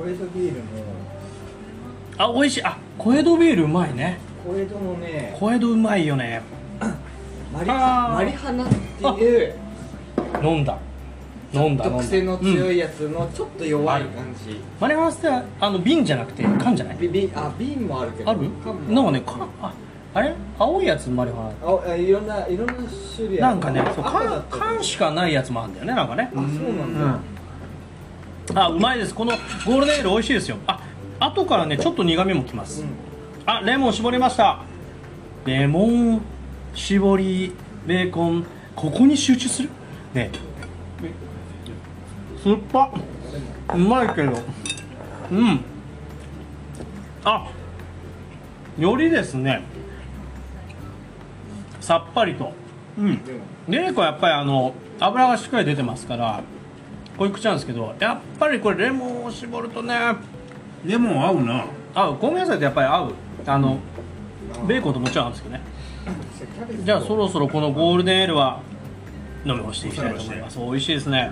[SPEAKER 3] これとビールも
[SPEAKER 1] あ美味しいあ小江戸ビールうまいね
[SPEAKER 3] これともね
[SPEAKER 1] 小江戸うまいよね
[SPEAKER 3] マリ
[SPEAKER 1] あー
[SPEAKER 3] マリハナっていう
[SPEAKER 1] 飲んだ飲んだ飲んだ
[SPEAKER 3] 癖
[SPEAKER 1] う
[SPEAKER 3] の強
[SPEAKER 1] ん
[SPEAKER 3] いやつのちょっと弱い感じ、
[SPEAKER 1] マリハナスってあの瓶じゃなくて缶じゃない
[SPEAKER 3] ビビあ瓶もあるけど
[SPEAKER 1] ある
[SPEAKER 3] 缶も
[SPEAKER 1] なんかね缶ああれ青いやつマリファナ
[SPEAKER 5] あいろんないろんな種類あ
[SPEAKER 1] な
[SPEAKER 5] る
[SPEAKER 1] んかねそう
[SPEAKER 5] 赤だ
[SPEAKER 1] 缶
[SPEAKER 5] った
[SPEAKER 1] 缶しかないやつもあるんだよねなんかね
[SPEAKER 5] あそうなんだ、
[SPEAKER 1] あうまいですこのゴールデンエール美味しいですよあ後からねちょっと苦みもきます、あレモン絞りましたレモン絞りベーコンここに集中するねえ酸っぱうまいけどうんあよりですねさっぱりとうんレーコはやっぱりあの油がしっかり出てますからこういう口なんですけどやっぱりこれレモンを絞るとね
[SPEAKER 2] レモン合うな
[SPEAKER 1] 合う香味野菜ってやっぱり合うあのベーコンともちろん合うんですけどねじゃあそろそろこのゴールデンエールは飲み干していきたいと思います美味しいですね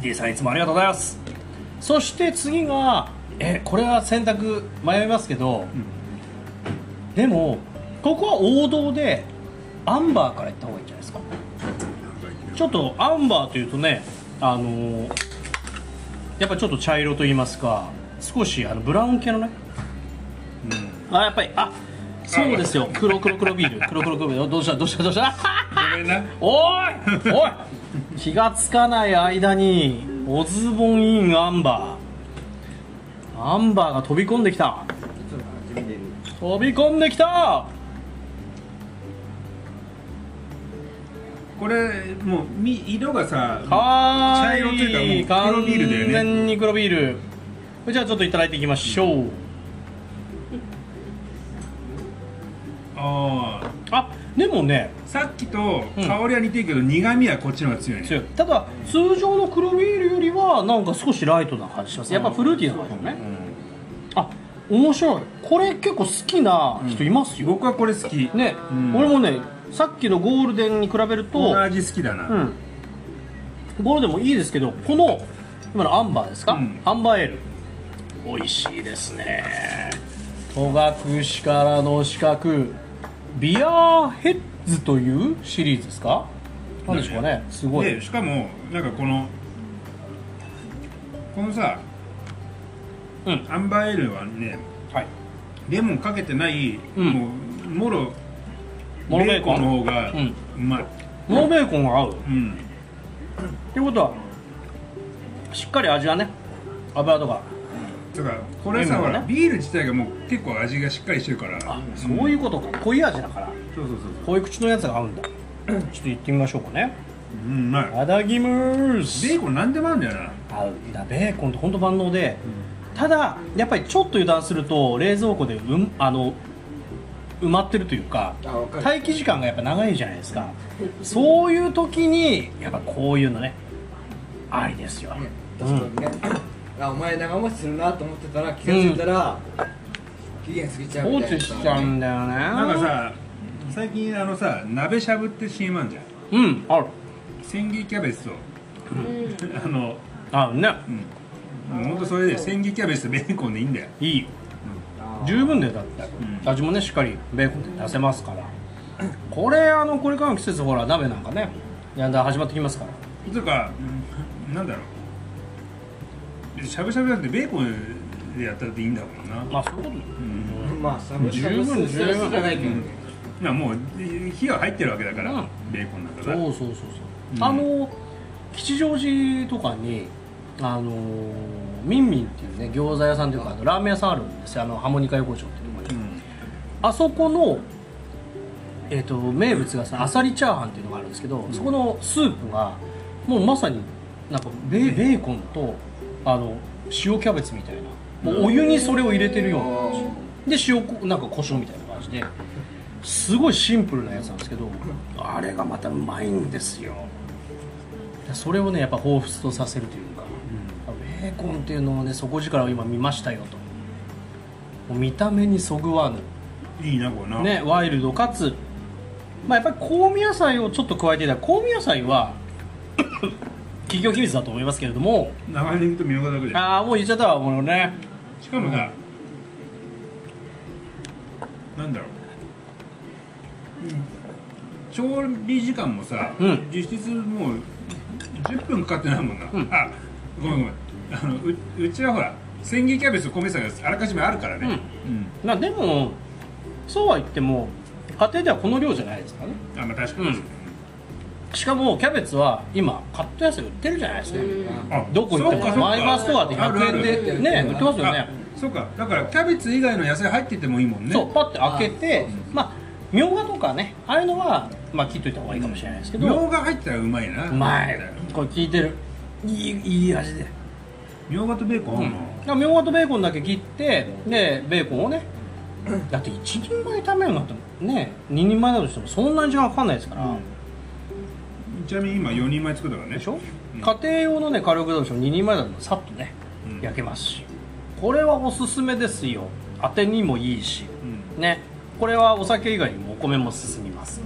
[SPEAKER 1] D さんいつもありがとうございますそして次がえこれは選択迷いますけど、でもここは王道でアンバーからいった方がいいんじゃないですかちょっとアンバーというとねあのーやっぱちょっと茶色と言いますか少しあのブラウン系のね、あやっぱりあそうですよ黒黒黒ビール黒黒黒ビールどうしたどうしたどうした [LAUGHS]
[SPEAKER 2] ごめんな
[SPEAKER 1] おいおい気がつかない間にオズボンインアンバーアンバーが飛び込んできた飛び込んできた
[SPEAKER 2] これもうみ色がさ
[SPEAKER 1] はーい
[SPEAKER 2] 茶色というかもう黒ビールだよね
[SPEAKER 1] 完全に黒ビールじゃあちょっといただいていきましょう、
[SPEAKER 2] ああ
[SPEAKER 1] あでもね
[SPEAKER 2] さっきと香りは似てるけど、苦味はこっちの方が強いね
[SPEAKER 1] 強いただ通常の黒ビールよりはなんか少しライトな感じしますやっぱフルーティーな感じね、あ面白いこれ結構好きな人いますよ、
[SPEAKER 2] 僕はこれ好き、
[SPEAKER 1] ね、
[SPEAKER 2] うん
[SPEAKER 1] 俺もねさっきのゴールデンに比べると
[SPEAKER 2] この味好きだな、
[SPEAKER 1] うんゴールデンもいいですけどこの今のアンバーですか、
[SPEAKER 2] うん
[SPEAKER 1] アンバーエール美味しいですね戸隠からの四角ビアヘッズというシリーズですか何でしょうかねすごい、
[SPEAKER 2] でしかもなんかこのこのさ、
[SPEAKER 1] うん
[SPEAKER 2] アンバーエールはね
[SPEAKER 1] はい
[SPEAKER 2] レモンかけてない、
[SPEAKER 1] うん
[SPEAKER 2] もうもろ
[SPEAKER 1] モロベーコン
[SPEAKER 2] の方が
[SPEAKER 1] うん
[SPEAKER 2] うまい、
[SPEAKER 1] ノーベーコンが合う
[SPEAKER 2] うん
[SPEAKER 1] ってことはしっかり味がね油とか
[SPEAKER 2] だからこれさ
[SPEAKER 1] レモ
[SPEAKER 2] ほ
[SPEAKER 1] ンね
[SPEAKER 2] らビール自体がもう結構味がしっかりしてるから
[SPEAKER 1] あそういうことか濃い味だから
[SPEAKER 2] そうそうそう
[SPEAKER 1] こういう口のやつが合うんだちょっと行ってみましょうかね
[SPEAKER 2] そううんうまい
[SPEAKER 1] いただきます
[SPEAKER 2] ベーコン何でもあるんだよな
[SPEAKER 1] 合うだベーコンって本当万能で、ただやっぱりちょっと油断すると冷蔵庫でうんあの埋まってるというか
[SPEAKER 3] あわかる
[SPEAKER 1] 待機時間がやっぱ長いじゃないですかそういう時にやっぱこういうのねありですよ、
[SPEAKER 3] ね確かにね、あお前長持ちするなと思ってたら気がついたら、期限過ぎちゃう
[SPEAKER 1] 放
[SPEAKER 3] みた
[SPEAKER 1] 置
[SPEAKER 3] いな
[SPEAKER 1] しちゃうんだよね
[SPEAKER 2] なんかさ最近あのさ鍋しゃぶって CM あんじゃん
[SPEAKER 1] うんある
[SPEAKER 2] 千切りキャベツと [LAUGHS] あの
[SPEAKER 1] あね
[SPEAKER 2] もうほんとそれで千切りキャベツとベーコンでいいんだよ
[SPEAKER 1] いいよ十分だよだって味もねしっかりベーコンで出せますからこれあのこれからの季節ほら鍋なんかねやんだん始まってきますから
[SPEAKER 2] とかうんなんだろうしゃぶしゃぶなんてベーコンでやったっていいんだもんな
[SPEAKER 1] まあそういうことだよ
[SPEAKER 3] まあサブ
[SPEAKER 1] 十
[SPEAKER 3] ス
[SPEAKER 1] 分
[SPEAKER 3] クする
[SPEAKER 1] 十分
[SPEAKER 3] するじゃないけどね、
[SPEAKER 2] まあもう火は入ってるわけだから、
[SPEAKER 1] うん
[SPEAKER 2] ベーコンだか
[SPEAKER 1] そう
[SPEAKER 2] ら
[SPEAKER 1] そうそうそう、
[SPEAKER 2] うん
[SPEAKER 1] あの吉祥寺とかにあのーミンミンっていうね餃子屋さんというかあのラーメン屋さんあるんですよあのハモニカ横丁っていうところに、
[SPEAKER 2] うん
[SPEAKER 1] あそこのえっ、と名物がさあさりチャーハンっていうのがあるんですけど、そこのスープがもうまさになんかベベーコンとあの塩キャベツみたいなもうお湯にそれを入れてるような感じで塩こなんか胡椒みたいな感じですごいシンプルなやつなんですけどあれがまたうまいんですよそれをねやっぱ彷彿とさせるというか、ベーコンっていうのをね底力を今見ましたよともう見た目にそぐわぬ
[SPEAKER 2] いいなこれな、
[SPEAKER 1] ね、ワイルドかつ、まあ、やっぱり香味野菜をちょっと加えていただ香味野菜は企業秘密だと思いますけれども
[SPEAKER 2] 長ネギとみょうがだけで
[SPEAKER 1] ああもう言っちゃったわもうね
[SPEAKER 2] しかもさ、なんだろう、うん、調理時間もさ、
[SPEAKER 1] うん
[SPEAKER 2] 実質もう10分かかってないもんな、
[SPEAKER 1] ん
[SPEAKER 2] あごめんごめんあのううちはほら千切りキャベツと米さんがあらかじめあるからね、
[SPEAKER 6] うん
[SPEAKER 1] まあでもそうは言っても家庭ではこの量じゃないですからね
[SPEAKER 2] あまあ確かに、
[SPEAKER 1] うんしかもキャベツは今カット野菜売ってるじゃないですか
[SPEAKER 2] あ
[SPEAKER 1] どこ行って
[SPEAKER 2] そ
[SPEAKER 1] も
[SPEAKER 2] うかそうか
[SPEAKER 1] マイバーストアで
[SPEAKER 2] あるあ
[SPEAKER 1] 100
[SPEAKER 2] る
[SPEAKER 1] 円でね
[SPEAKER 3] ある
[SPEAKER 1] 売ってますよね
[SPEAKER 2] あそうかだからキャベツ以外の野菜入っててもいいもんね
[SPEAKER 1] そうパッて開けて
[SPEAKER 3] あ
[SPEAKER 1] まあみょうがとかねああいうのはまあ切っといた方がいいかもしれないですけ
[SPEAKER 2] みょ
[SPEAKER 1] ど
[SPEAKER 2] うが入ってたらうまいな
[SPEAKER 1] うまいこれ効いてるいいいい味で
[SPEAKER 2] みょうがとベーコンあ
[SPEAKER 1] うんん
[SPEAKER 2] の、
[SPEAKER 1] だからみょうがとベーコンだけ切ってでベーコン
[SPEAKER 2] [CLEARS THROAT]
[SPEAKER 1] をねだって一人前炒めるなんてね二人前だとしてもそんなに時間かかんないですから、
[SPEAKER 2] ちなみに今4人前作ったからね
[SPEAKER 1] でしょ、
[SPEAKER 2] うん
[SPEAKER 1] 家庭用のね火力だとしても2人前だとさっとね、
[SPEAKER 2] うん
[SPEAKER 1] 焼けますしこれはおすすめですよ当てにもいいし
[SPEAKER 2] うん
[SPEAKER 1] ねこれはお酒以外にもお米も進みます、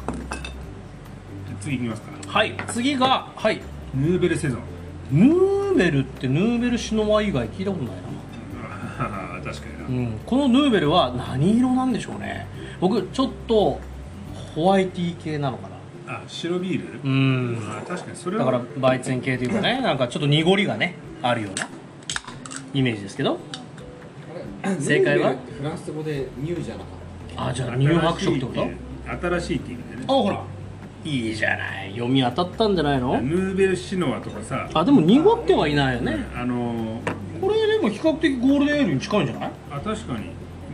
[SPEAKER 2] じゃあ次いきますか
[SPEAKER 1] はい次がはい
[SPEAKER 2] ヌーベルセ
[SPEAKER 1] [LAUGHS]
[SPEAKER 2] ゾン
[SPEAKER 1] ヌーベルってヌーベルシノワ以外聞いたことないな、
[SPEAKER 2] あー確かに
[SPEAKER 1] う
[SPEAKER 2] な、
[SPEAKER 1] ん、このヌーベルは何色なんでしょうね僕ちょっとホワイティー系なのかな
[SPEAKER 2] あ白ビール、
[SPEAKER 1] うん
[SPEAKER 2] あー確かにそれ
[SPEAKER 1] だ
[SPEAKER 2] は
[SPEAKER 1] からバイツェン系というかねなんかちょっと濁りがねあるようなイメージですけど正解は
[SPEAKER 3] フランス語でニューじゃなかっ
[SPEAKER 1] あじゃあ乳白色ってこと
[SPEAKER 2] 新しいって意味でね
[SPEAKER 1] あほらいいじゃない読み当たったんじゃないの
[SPEAKER 2] ヌーベルシノワとかさ
[SPEAKER 1] あでも濁ってはいないよね
[SPEAKER 2] あのー
[SPEAKER 1] これでも比較的ゴールデンエールに近いんじゃない
[SPEAKER 2] あ確かに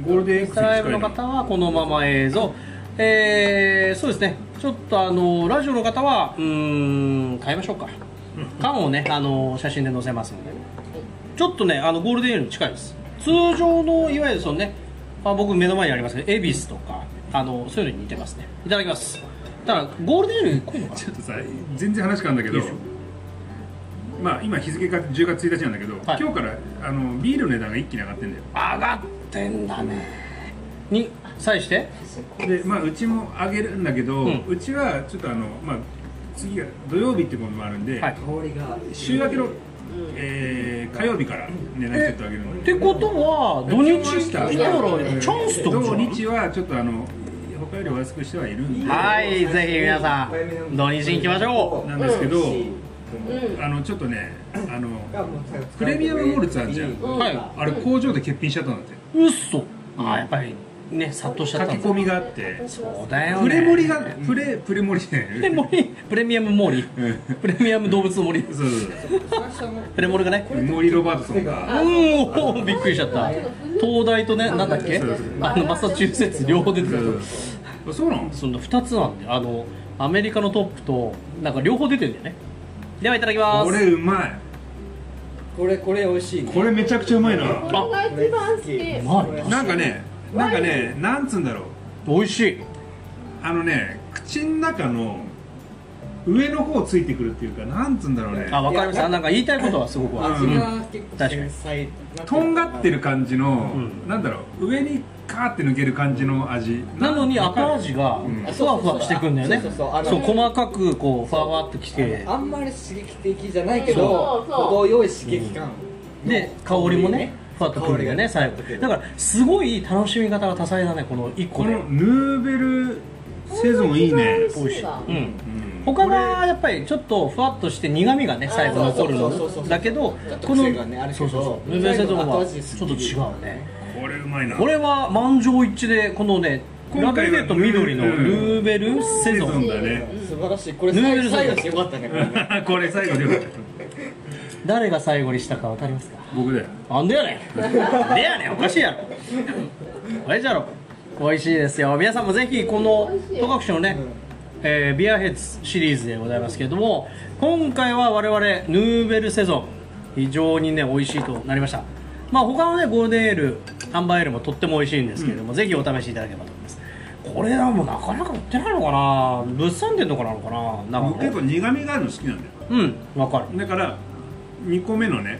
[SPEAKER 2] ゴールデン X
[SPEAKER 1] ス
[SPEAKER 2] に近
[SPEAKER 1] ラ
[SPEAKER 2] い
[SPEAKER 1] イブの
[SPEAKER 2] な
[SPEAKER 1] 方はこのまま映像えー、そうですねちょっとあのラジオの方はうーん変えましょうか缶をねあの写真で載せますのでちょっとねあのゴールデンエールに近いです通常のいわゆるそのねあ僕目の前にありますけど恵比寿とかあのそういうのに似てますねいただきますただゴールデンエール濃いのかな
[SPEAKER 2] ちょっとさ全然話変わるんだけど
[SPEAKER 1] いいですよ
[SPEAKER 2] まあ今日付が10月1日なんだけど、
[SPEAKER 1] はい
[SPEAKER 2] 今日からあのビールの値段が一気に上がってんだよ
[SPEAKER 1] 上がってんだねに際して
[SPEAKER 2] でまあうちも上げるんだけど、
[SPEAKER 1] う
[SPEAKER 2] うんちはちょっとあのまあ次が土曜日ってこともあるんで、
[SPEAKER 1] はい
[SPEAKER 3] た香りが
[SPEAKER 2] 週明けの、えー火曜日から値段ちょっと上げるの
[SPEAKER 1] って
[SPEAKER 2] で
[SPEAKER 1] ことは土日来たら
[SPEAKER 2] 来
[SPEAKER 1] チ
[SPEAKER 2] た
[SPEAKER 1] ャンスってこと
[SPEAKER 2] 土
[SPEAKER 1] じゃん
[SPEAKER 2] 日はちょっとあの他よりお安くしてはいるんで
[SPEAKER 1] はい、ぜひ皆さん、土日に行きましょ
[SPEAKER 2] なんですけど、
[SPEAKER 4] うん
[SPEAKER 2] あのちょっとねあの
[SPEAKER 5] がもう使える
[SPEAKER 2] プレミアムモルツあんじゃん
[SPEAKER 1] う。
[SPEAKER 4] うん
[SPEAKER 1] は
[SPEAKER 2] あれ工場で欠品しちゃったんだって
[SPEAKER 1] い、うっそ。あ、やっぱりね、殺到しちゃ
[SPEAKER 2] 書
[SPEAKER 1] った
[SPEAKER 2] き
[SPEAKER 1] んだ
[SPEAKER 2] 込みがあって
[SPEAKER 1] そうだよね。
[SPEAKER 2] プレモリがプレプレモリじゃない
[SPEAKER 1] プレモリ、プレミアムモリ、
[SPEAKER 2] うん
[SPEAKER 1] プレミアム動物の森、
[SPEAKER 2] そうそうそう
[SPEAKER 1] プレモリがね。
[SPEAKER 2] プレモリロバートソン
[SPEAKER 1] う
[SPEAKER 2] が
[SPEAKER 1] ん、おーびっくりしちゃった。東大とね、なんだっけ
[SPEAKER 2] そうそうそう、
[SPEAKER 1] あのマサチューセッツ両方出て
[SPEAKER 2] そ
[SPEAKER 1] く
[SPEAKER 2] うそう
[SPEAKER 1] る。
[SPEAKER 2] そうそうなの
[SPEAKER 1] その二つなんで、あのアメリカのトップと、なんか両方出てんだよね。ではいただきま
[SPEAKER 2] これ
[SPEAKER 1] す。
[SPEAKER 2] うまい
[SPEAKER 3] これこれ美味しいね
[SPEAKER 2] これめちゃくちゃうまいな
[SPEAKER 4] これが一番好き
[SPEAKER 1] うまいな。
[SPEAKER 2] なんかねなんかねなんつうんだろう
[SPEAKER 1] 美味しい。
[SPEAKER 2] あのね口の中の上の方ついてくるっていうかなんつうんだろうね
[SPEAKER 1] あ、わかりました。なんか言いたいことはすごくわかる。
[SPEAKER 3] 味が結構繊細な
[SPEAKER 2] とんがってる感じの、
[SPEAKER 1] ん
[SPEAKER 2] なんだろう上にカーって抜ける感じの味
[SPEAKER 1] なのに後味が
[SPEAKER 2] ん
[SPEAKER 1] ふわふわしてくんだよね。
[SPEAKER 3] そう
[SPEAKER 1] そ
[SPEAKER 3] そうそうあ
[SPEAKER 1] う
[SPEAKER 3] の
[SPEAKER 1] 細かくこうふわふわってきて、
[SPEAKER 3] あんまり刺激的じゃないけ
[SPEAKER 4] そ
[SPEAKER 3] ど
[SPEAKER 4] うそう
[SPEAKER 3] 程よい刺激感
[SPEAKER 1] で香りもねふわっとくるんだよね
[SPEAKER 3] 香
[SPEAKER 1] 最
[SPEAKER 3] りが
[SPEAKER 1] 後。だからすごい楽しみ方が多彩だねこの一個
[SPEAKER 2] こ
[SPEAKER 1] で
[SPEAKER 2] の。ヌーベルセゾンいいね、
[SPEAKER 4] 美味しいわ
[SPEAKER 1] うん。
[SPEAKER 2] うん
[SPEAKER 1] 他がやっぱりちょっとふわっとして苦味がね最後残る
[SPEAKER 3] そうそうそうそう
[SPEAKER 1] のだけど
[SPEAKER 3] ちょっと
[SPEAKER 1] この
[SPEAKER 3] 癖がねあるけど
[SPEAKER 1] そうそうそうルベセドンはちょっと違うね
[SPEAKER 2] これうまいな
[SPEAKER 1] これは満場一致でこのねラ
[SPEAKER 2] 今
[SPEAKER 1] ベ
[SPEAKER 2] 回は
[SPEAKER 1] ルと緑の
[SPEAKER 2] ルー
[SPEAKER 1] ルーベルセ
[SPEAKER 2] セ
[SPEAKER 1] ゾ
[SPEAKER 2] ゾン
[SPEAKER 1] ン
[SPEAKER 2] だね [LAUGHS]
[SPEAKER 3] 素晴らしいこれ
[SPEAKER 1] ヌーベルソー
[SPEAKER 3] 最
[SPEAKER 1] ス
[SPEAKER 3] 最後してよかったねこれね
[SPEAKER 2] これ最後でよかった
[SPEAKER 1] 誰が最後にしたかわかりますか
[SPEAKER 2] 僕だよ
[SPEAKER 1] なんでやねんなんでやねんおかしいやろおいじゃろ美味しいですよ皆さんもぜひこの戸隠のね、えービアヘッズシリーズでございますけれども今回は我々ヌーベルセゾン非常にね美味しいとなりましたまあ他のねゴールデンエールハンバーエールもとっても美味しいんですけれども、ぜひお試しいただければと思いますこれはもうなかなか売ってないのかな物産展とかなのかななん
[SPEAKER 2] 僕
[SPEAKER 1] か
[SPEAKER 2] 結構苦味があるの好きなんだよ
[SPEAKER 1] うんわかる
[SPEAKER 2] だから2個目のね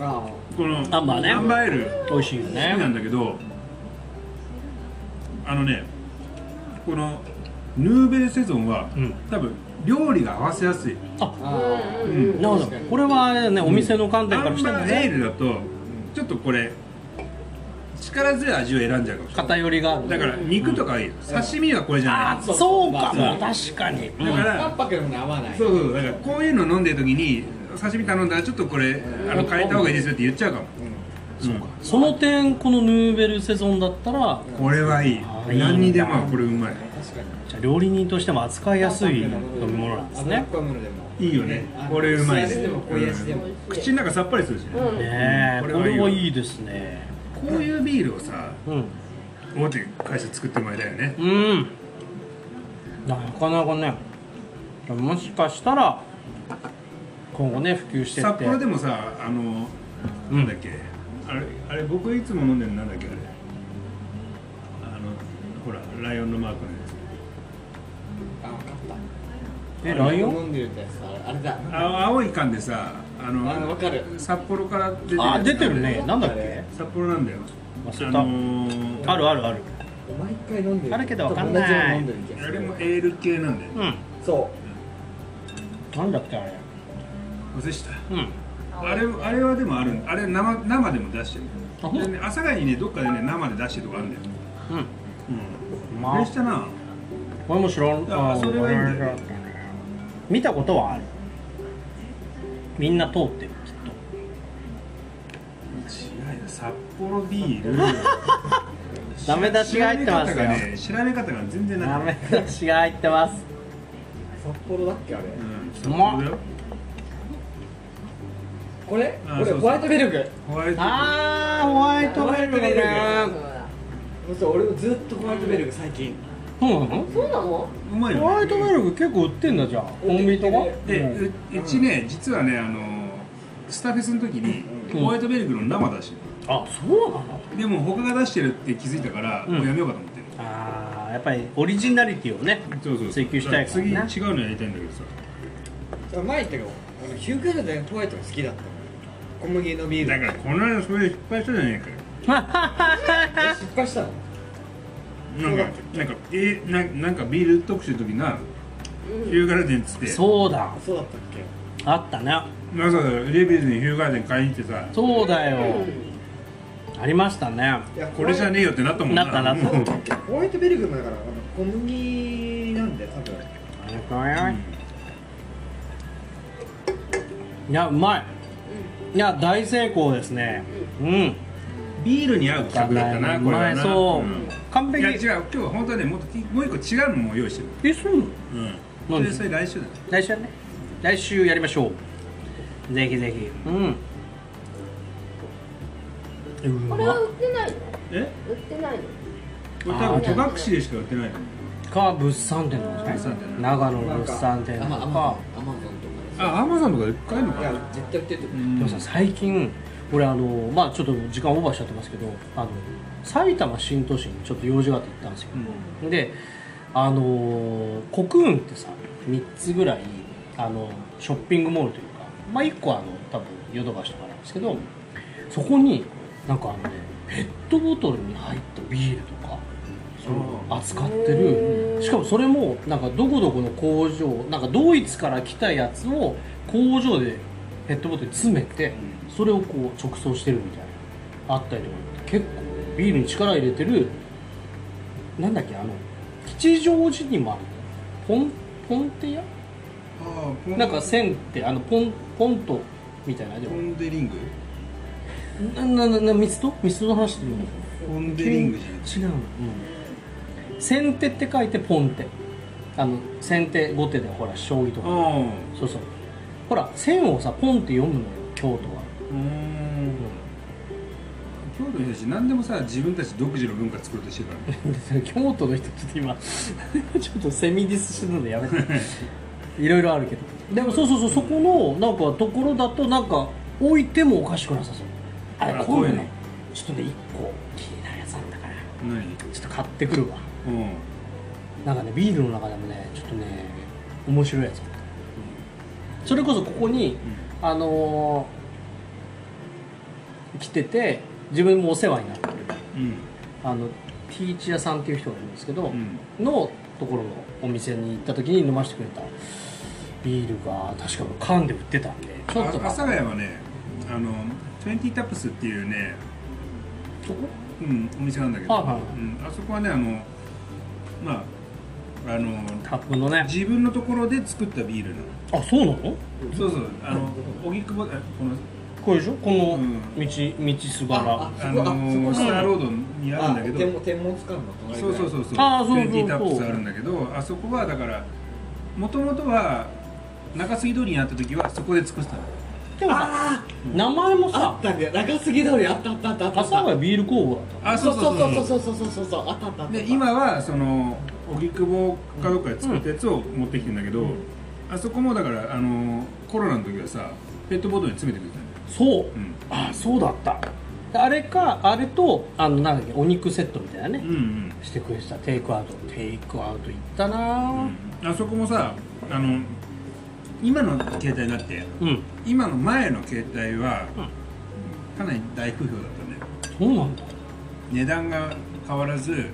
[SPEAKER 3] あ
[SPEAKER 2] この
[SPEAKER 1] アンバーね
[SPEAKER 2] アンバーエール
[SPEAKER 1] 美味しいよ
[SPEAKER 2] 好きな
[SPEAKER 1] ね
[SPEAKER 2] んだけどあのねこのヌーベルセゾンは、
[SPEAKER 1] うん
[SPEAKER 2] 多分料理が合わせやすい
[SPEAKER 1] あ
[SPEAKER 3] ああ
[SPEAKER 4] うん
[SPEAKER 2] ん
[SPEAKER 1] なるほど
[SPEAKER 3] 確かに
[SPEAKER 1] これはあれだねお店の観点
[SPEAKER 2] ア
[SPEAKER 1] から
[SPEAKER 2] ン
[SPEAKER 1] しても
[SPEAKER 2] バー
[SPEAKER 1] ね
[SPEAKER 2] エールだとちょっとこれ力強い味を選んじゃうかもしれない
[SPEAKER 1] 偏りがある
[SPEAKER 2] だから肉とかはいいよ刺身はこれじゃ
[SPEAKER 1] あ
[SPEAKER 2] ない
[SPEAKER 1] ーそうかも確かに
[SPEAKER 2] だから
[SPEAKER 3] 淡白でもね合わない
[SPEAKER 2] そうそうだからこういうの飲んでる時に刺身頼んだらちょっとこれあの変えた方がいいですよって言っちゃうかも
[SPEAKER 1] そうかその点このヌーベルセゾンだったら
[SPEAKER 2] これはいい
[SPEAKER 1] あーいいな
[SPEAKER 2] 何にでもこれうまい
[SPEAKER 3] 確かに
[SPEAKER 1] じゃあ料理人としても扱いやすい飲み物なんですね
[SPEAKER 3] 脂っこいものでも
[SPEAKER 2] いいよね
[SPEAKER 3] あの
[SPEAKER 2] これうまい
[SPEAKER 3] 薄味でも濃い味でも
[SPEAKER 2] うん口の中さっぱりするしね
[SPEAKER 4] うん
[SPEAKER 1] ねえ
[SPEAKER 2] これ
[SPEAKER 1] こ
[SPEAKER 2] はいいよ
[SPEAKER 1] れはいいですね
[SPEAKER 2] こういうビールをさ
[SPEAKER 1] うん
[SPEAKER 2] 大手会社作ってもらいたいよね
[SPEAKER 1] うんなかなかねもしかしたら今後ね普及してって
[SPEAKER 2] 札幌でもさあのなんだっけあれあれ僕いつも飲んでるのなんだっけあれあのほらライオンのマークのや
[SPEAKER 3] あ分かっ
[SPEAKER 1] え
[SPEAKER 3] た
[SPEAKER 1] ライオン
[SPEAKER 3] 飲んでるってやつあれあれ
[SPEAKER 2] つ
[SPEAKER 3] だ
[SPEAKER 2] あ青い缶でさあの
[SPEAKER 3] あの分かる
[SPEAKER 2] 札幌から出てるやつ
[SPEAKER 1] あ出てるねなんだっけ
[SPEAKER 2] 札幌なんだよ
[SPEAKER 1] 忘れ
[SPEAKER 2] あ
[SPEAKER 1] た
[SPEAKER 2] のー
[SPEAKER 1] あるあるある
[SPEAKER 3] 毎回飲んでる
[SPEAKER 1] あるけどわかんない
[SPEAKER 3] 同じように飲んでる気が
[SPEAKER 2] あ
[SPEAKER 3] す
[SPEAKER 2] れ
[SPEAKER 3] る
[SPEAKER 2] もエール系なんだよ
[SPEAKER 1] うん
[SPEAKER 3] そ
[SPEAKER 1] なんだっけあれ
[SPEAKER 2] 忘れした
[SPEAKER 1] うん
[SPEAKER 2] あれあれはでもあるあれ生生でも出してる
[SPEAKER 1] あほん
[SPEAKER 2] でね朝霞にねどっかでね生で出してるとこあるんだよ
[SPEAKER 1] うん
[SPEAKER 2] うん
[SPEAKER 1] まあ
[SPEAKER 2] あれしたな
[SPEAKER 1] これも知らん
[SPEAKER 2] あそれはいいんだよ
[SPEAKER 1] 見たことはあるみんな通ってるきっと
[SPEAKER 2] 違うよ札幌ビール
[SPEAKER 1] [LAUGHS] ダメ出しが入ってますよ
[SPEAKER 2] 調べ方がね調べ方が全然な
[SPEAKER 1] ダ
[SPEAKER 2] い
[SPEAKER 1] メ出しが入ってます
[SPEAKER 3] う札幌だっけあれ
[SPEAKER 2] うん札
[SPEAKER 1] うまっ
[SPEAKER 2] 幌だよ
[SPEAKER 3] これ
[SPEAKER 2] あ
[SPEAKER 3] 俺
[SPEAKER 2] そうそう
[SPEAKER 3] ホワイトミルク
[SPEAKER 2] ホワイト
[SPEAKER 1] [LAUGHS] あーホワイトベルね
[SPEAKER 3] そうそう俺もずっとホワイトミルク最近
[SPEAKER 1] そうなの
[SPEAKER 4] そうなの
[SPEAKER 2] うまいよ
[SPEAKER 1] ホワイトベ
[SPEAKER 2] ル
[SPEAKER 1] ルグ結構売ってんだじゃんコンビニとか
[SPEAKER 3] 売っ
[SPEAKER 2] で
[SPEAKER 1] うん
[SPEAKER 2] ううちね実はねあのスタフェスの時に
[SPEAKER 1] うん
[SPEAKER 2] ホワイトベルグの生出して
[SPEAKER 1] あそうなの
[SPEAKER 2] るでも他が出してるって気づいたから
[SPEAKER 1] うん
[SPEAKER 2] もうやめようかと思ってる
[SPEAKER 1] あーやっぱりオリジナリティを [LAUGHS] ね
[SPEAKER 2] そうそう
[SPEAKER 1] 追求したいからね
[SPEAKER 2] 次違うのやりたいんだけどさ
[SPEAKER 3] 前言ったけど俺ヒュークルでホワイトが好きだったの小麦のビール
[SPEAKER 2] だからこの間それで失敗したじゃねえかよ
[SPEAKER 3] え失敗したの
[SPEAKER 2] なんか、なんか、え、ななんかビール特集の時な、ヒューガルデンっつって、
[SPEAKER 1] そうだ
[SPEAKER 3] そうだったっけ
[SPEAKER 1] あったね
[SPEAKER 2] まさかレビューズにヒューガルデン買いに行ってさ、
[SPEAKER 1] そうだよありましたね
[SPEAKER 3] いや
[SPEAKER 2] これじゃねえよってなったもん
[SPEAKER 1] なったなった
[SPEAKER 2] もう
[SPEAKER 3] ホワイトベルグもだからあの小麦なんで多分
[SPEAKER 1] いやうまいいや大成功ですねうん
[SPEAKER 2] ビールに合う企画だったな、これは
[SPEAKER 1] う
[SPEAKER 2] な。
[SPEAKER 1] まいそう、
[SPEAKER 2] ん
[SPEAKER 1] 完
[SPEAKER 2] いや違
[SPEAKER 1] 璧
[SPEAKER 2] う今日は本当はねもっときもう一個違うのも用意してる、
[SPEAKER 1] えそうなの
[SPEAKER 2] う
[SPEAKER 1] 何
[SPEAKER 2] ん、でそれ来週だね
[SPEAKER 1] 来週やね来週やりましょうぜひぜひうんえう
[SPEAKER 4] これは
[SPEAKER 1] まっ
[SPEAKER 4] 売ってないの
[SPEAKER 2] え
[SPEAKER 4] 売ってないの
[SPEAKER 2] これ多分戸隠でしか売ってないの
[SPEAKER 1] か物産展なんです
[SPEAKER 2] 物産
[SPEAKER 1] ね
[SPEAKER 2] 展
[SPEAKER 1] 長野物産展と
[SPEAKER 3] なんか
[SPEAKER 1] か
[SPEAKER 3] アマアマゾンとか
[SPEAKER 2] あアマゾンとかで買えるの
[SPEAKER 3] い
[SPEAKER 2] かな
[SPEAKER 3] や絶対売ってると
[SPEAKER 2] う
[SPEAKER 3] 思うん
[SPEAKER 1] でもさ最近俺あのまあちょっと時間オーバーしちゃってますけどあの埼玉新都心にちょっと用事があって行ったんですよ、であのーコクーンってさ3つぐらいあのショッピングモールというかまあ1個あの多分ヨドバシとかなんですけどそこになんかあのねペットボトルに入ったビールとか扱ってるしかもそれもなんかどこどこの工場なんかドイツから来たやつを工場でペットボトルに詰めてそれをこう直送してるみたいなあったりとか結構ビールに力入れてるなんだっけあの吉祥寺にもあるポンポンテ屋
[SPEAKER 2] あポン
[SPEAKER 1] なんか線ってあのポンポンとみたいなで
[SPEAKER 2] ポ
[SPEAKER 1] も
[SPEAKER 2] ンデリング
[SPEAKER 1] ななななミストミストの話してるの
[SPEAKER 2] ポンデリングじゃない
[SPEAKER 1] 違うの、うん、先手って書いてポン手あの先手後手でほら将棋とか
[SPEAKER 2] あ
[SPEAKER 1] そうそうほら線をさポンって読むのよ京都は
[SPEAKER 2] あうん京都の人たち何でもさ自分たち独自の文化作ろうとしてるから
[SPEAKER 1] で
[SPEAKER 2] ね
[SPEAKER 1] [LAUGHS] 京都の人ちょっと今 [LAUGHS] ちょっとセミディスしてるのでやめて [LAUGHS] いろいろあるけどでもそうそうそうそこのなんかところだとなんか置いてもおかしくなさそうあ
[SPEAKER 2] あ
[SPEAKER 1] れ今度
[SPEAKER 2] こういうの
[SPEAKER 1] ねちょっとね1個気になるやつあったから
[SPEAKER 2] [LAUGHS] 何
[SPEAKER 1] ちょっと買ってくるわ
[SPEAKER 2] うん
[SPEAKER 1] なんかねビールの中でもねちょっとね面白いやつあったそれこそここに、あのー来てて自分もお世話になってる
[SPEAKER 2] うん
[SPEAKER 1] あのティーチ屋さんっていう人がいるんですけど、
[SPEAKER 2] うん
[SPEAKER 1] のところのお店に行った時に飲ませてくれたビールが確か缶で売ってたんでちょっと
[SPEAKER 2] あ阿佐ヶ谷はねあの20タップスっていうね
[SPEAKER 1] そこ
[SPEAKER 2] うん、お店なんだけど、
[SPEAKER 1] はいはい
[SPEAKER 2] うん、あそこはねあのまああの
[SPEAKER 1] タップのね
[SPEAKER 2] 自分のところで作ったビールなの
[SPEAKER 1] あそうなの
[SPEAKER 2] そうそうあの荻窪あこの
[SPEAKER 1] これでしょこの道、
[SPEAKER 2] うん
[SPEAKER 1] 道すがら
[SPEAKER 3] あ
[SPEAKER 2] あのー、スターロードにあるんだけ
[SPEAKER 3] 天文
[SPEAKER 2] ど
[SPEAKER 3] 天文使うの隣
[SPEAKER 2] そうそうそうそう
[SPEAKER 1] あーそうそうそう
[SPEAKER 2] 20タップスあるんだけどあそこはだからもともとは中杉通りにあった時はそこで作ってたの
[SPEAKER 1] でもさ名前も
[SPEAKER 3] あ
[SPEAKER 1] さ
[SPEAKER 3] ったんだよ中杉通りあったあったあったあった
[SPEAKER 1] 阿佐ヶ谷ビール工房だった
[SPEAKER 2] あ
[SPEAKER 3] そうそうそうそうそうそうそうそうあったあったあった
[SPEAKER 2] で今はその荻窪かどっかで作ったやつを持ってきてんだけど、あそこもだからあのコロナの時はさペットボトルに詰めてくれたんだよ
[SPEAKER 1] そう、
[SPEAKER 2] ん
[SPEAKER 1] ああそうだったであれかあれとあのなんだっけお肉セットみたいなね、
[SPEAKER 2] うん
[SPEAKER 1] してくれてたテイクアウトテイクアウト行ったな
[SPEAKER 2] う
[SPEAKER 1] ぁ
[SPEAKER 2] ん、あそこもさあの今の携帯だって
[SPEAKER 1] うん、
[SPEAKER 2] 今の前の携帯はかなり大不評だったんだよ
[SPEAKER 1] そうなんだ
[SPEAKER 2] 値段が変わらず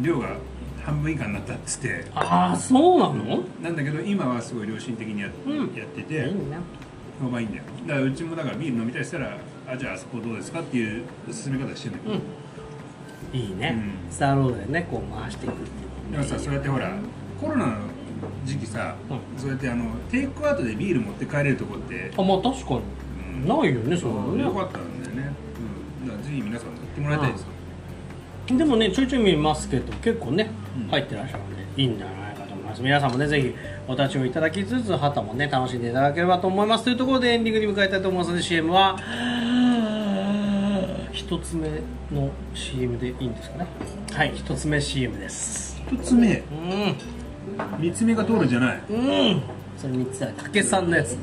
[SPEAKER 2] 量が半分以下になったっつって
[SPEAKER 1] ああそうなの
[SPEAKER 2] なんだけど今はすごい良心的にや,、
[SPEAKER 1] うん
[SPEAKER 2] やって
[SPEAKER 1] い
[SPEAKER 2] て
[SPEAKER 1] な
[SPEAKER 2] 評判いいんだよだからうちもだからビール飲みたいしたらあじゃああそこどうですかっていう勧め方してんだけど、
[SPEAKER 1] うんいいね、
[SPEAKER 2] うん
[SPEAKER 1] スターロードでねこう回していくっていう
[SPEAKER 2] でもさそうやってほらコロナの時期さ、
[SPEAKER 1] う
[SPEAKER 2] そうやってあのテイクアウトでビール持って帰れるとこって、
[SPEAKER 1] あまあ確か
[SPEAKER 2] うん
[SPEAKER 1] にないよねそ
[SPEAKER 2] そう
[SPEAKER 1] う
[SPEAKER 2] 良
[SPEAKER 1] いう
[SPEAKER 2] か
[SPEAKER 1] の
[SPEAKER 2] ったんだよね、うん、だからぜひ皆さんも行ってもらいたいですよ、
[SPEAKER 1] ねでもねちょいちょい見ますけど結構ね
[SPEAKER 2] うん
[SPEAKER 1] 入ってらっしゃるんでいいんじゃないかと思います皆さんもねぜひお立ちをいただきつつ旗もね楽しんでいただければと思いますというところでエンディングに向かいたいと思いますので CM は [SIGHS] 一つ目の CM でいいんですかねはい一つ目 CM です
[SPEAKER 2] 一つ目
[SPEAKER 1] うん
[SPEAKER 2] 三つ目が通るんじゃない
[SPEAKER 1] うんそれ3つだ武さんのやつ